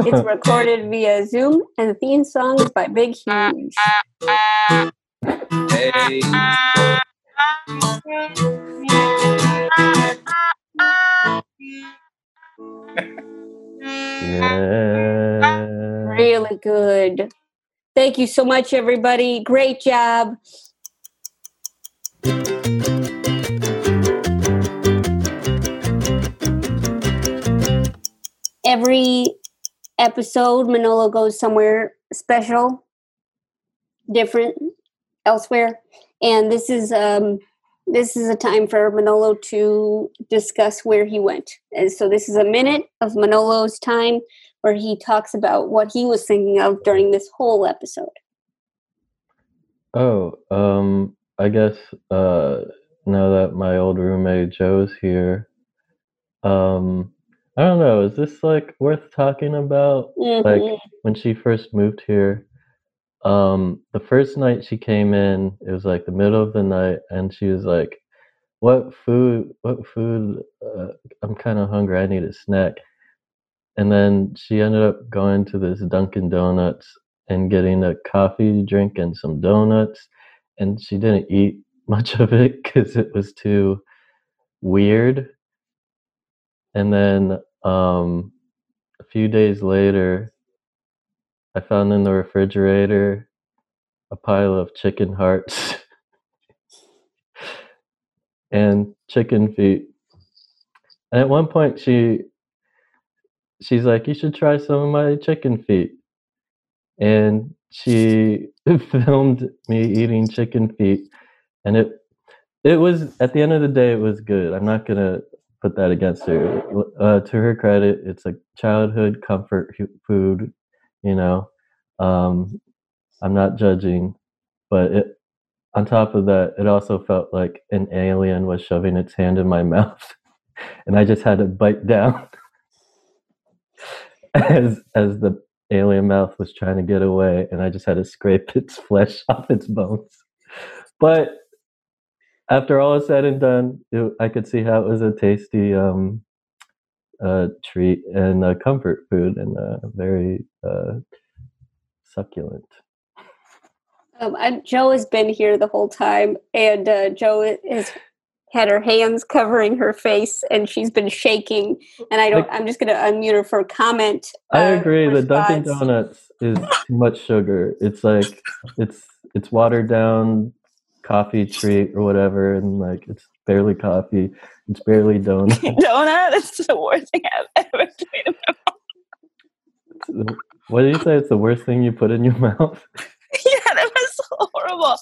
A: It's recorded via Zoom, and the theme song is by Big Huge.
J: Hey.
B: yeah.
A: Really good. Thank you so much, everybody. Great job. Every episode, Manolo goes somewhere special, different, elsewhere, and this is um, this is a time for Manolo to discuss where he went. And so, this is a minute of Manolo's time where he talks about what he was thinking of during this whole episode.
B: Oh, um, I guess uh, now that my old roommate Joe's here, um, I don't know. Is this like worth talking about?
E: Mm-hmm.
M: Mm-hmm.
A: Mhm.
B: Like when she first moved here, um, the first night she came in, it was like the middle of the night, and she was like, "What food? What food? Uh, I'm kind of hungry. I need a snack." And then she ended up going to this Dunkin' Donuts and getting a coffee drink and some donuts. And she didn't eat much of it because it was too weird. And then um, a few days later, I found in the refrigerator a pile of chicken hearts. and chicken feet. And at one point, she she's like, "You should try some of my chicken feet," and she filmed me eating chicken feet, and it it was at the end of the day, it was good. I'm not gonna put that against her. Uh, to her credit, it's a childhood comfort hu- food. You know, um, I'm not judging, but it, on top of that, it also felt like an alien was shoving its hand in my mouth, and I just had to bite down as as the alien mouth was trying to get away, and I just had to scrape its flesh off its bones. But after all is said and done, it, I could see how it was a tasty um, uh, treat and uh, comfort food, and uh, very uh, succulent.
A: Um, I, Joe has been here the whole time, and uh, Joe has had her hands covering her face, and she's been shaking. And I don't. I'm just going to unmute her for comment.
B: I agree. The Dunkin' Donuts is too much sugar. It's like it's it's watered down coffee treat or whatever, and like it's barely coffee. It's barely donut.
C: Donut. That's the worst thing I've ever dreamed of.
B: What did you say? It's the worst thing you put in your mouth.
C: yeah, that was horrible.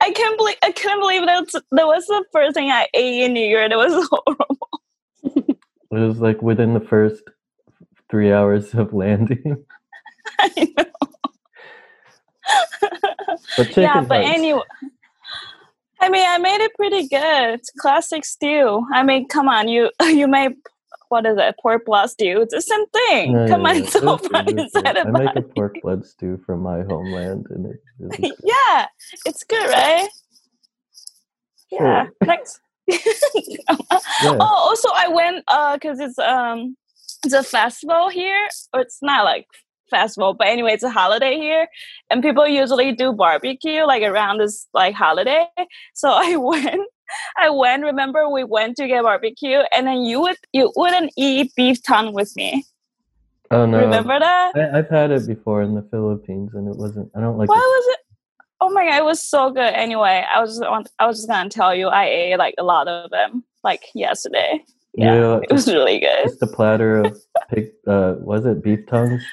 C: I can't believe I couldn't believe that that was the first thing I ate in New Year. That was horrible.
B: It was like within the first three hours of landing. But chicken
C: yeah, but
B: hearts.
C: anyway. I mean, I made it pretty good. It's classic stew. I mean, come on, you you made what is it? Pork blood stew. It's the same thing.
B: Yeah,
C: come
B: yeah,
C: on,
B: yeah.
C: it's so
B: It was
C: far
B: good, it was good.
C: inside
B: I
C: of
B: make a pork blood stew from my homeland, and it is
C: yeah, it's good, right? Yeah.
B: Sure.
C: Next.
B: Yeah.
C: Oh, also I went uh because it's um it's a festival here. Or it's not like festival, but anyway, it's a holiday here, and people usually do barbecue like around this like holiday. So I went. I went. Remember, we went to get barbecue, and then you would you wouldn't eat beef tongue with me.
B: Oh no!
C: Remember that?
B: I, I've had it before in the Philippines, and it wasn't. I don't like.
C: Why
B: it.
C: was it? Oh my god, it was so good. Anyway, I was just on, I was just gonna tell you, I ate like a lot of them like yesterday.
B: Yeah,
C: it was really good.
B: Just a platter of pig. Uh, was it beef tongues?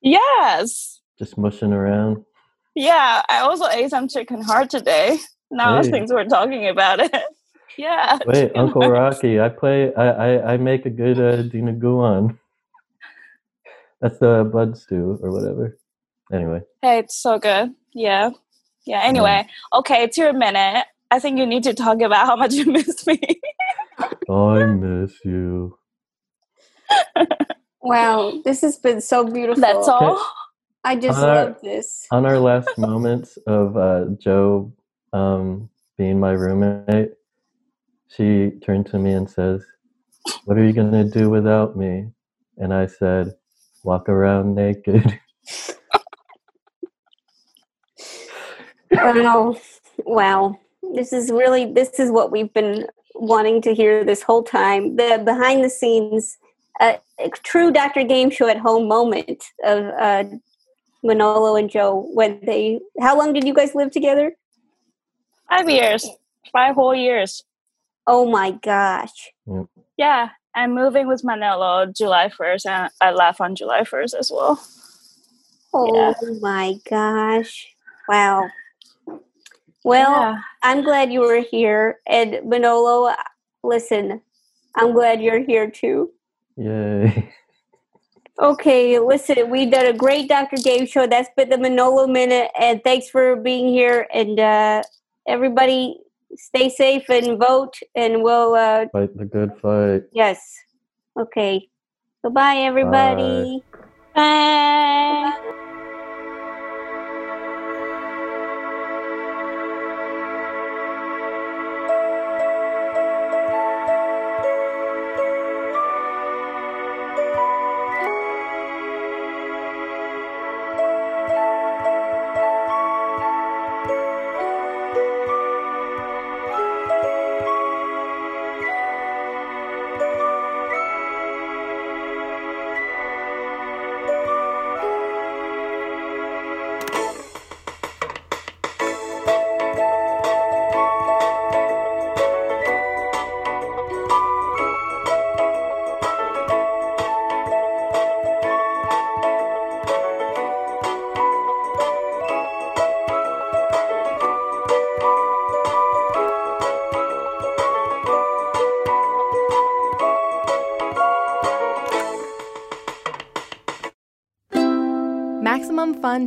C: Yes.
B: Just mushing around.
C: Yeah, I also ate some chicken heart today. Now
B: Hey.
C: since we're talking about it, yeah.
B: Wait,
C: chicken
B: Uncle
C: heart.
B: Rocky, I play. I I, I make a good uh, dinaguan. That's the blood stew or whatever. Anyway,
C: Hey, it's so good. Yeah, yeah. Anyway, okay, it's your minute. I think you need to talk about how much you miss me.
B: I miss you.
A: Wow, this has been so beautiful. That's
B: all? Okay.
A: I just
B: On our-
A: love this.
B: on our last moments of uh, Joe um, being my roommate, she turned to me and says, "What are you gonna do without me?" And I said, "Walk around naked."
A: Wow. Wow. This is really this is what we've been wanting to hear this whole time. The behind the scenes uh, a true Dr. Game Show at home moment of uh Manolo and Joe when they how long did you guys live together?
C: Five years. Five whole years.
A: Oh my gosh.
C: Yeah, I'm moving with Manolo July 1st, and I left on July 1st as well.
A: Oh my gosh. Wow. Well, I'm glad you were here and Manolo, listen, I'm glad you're here too.
B: Yay!
A: Okay, listen, we've done a great Dr. Game show. That's been the Manolo Minute, and thanks for being here. And uh, everybody, stay safe and vote, and we'll, uh,
B: Fight the good fight.
A: yes. Okay. Goodbye, everybody. Bye.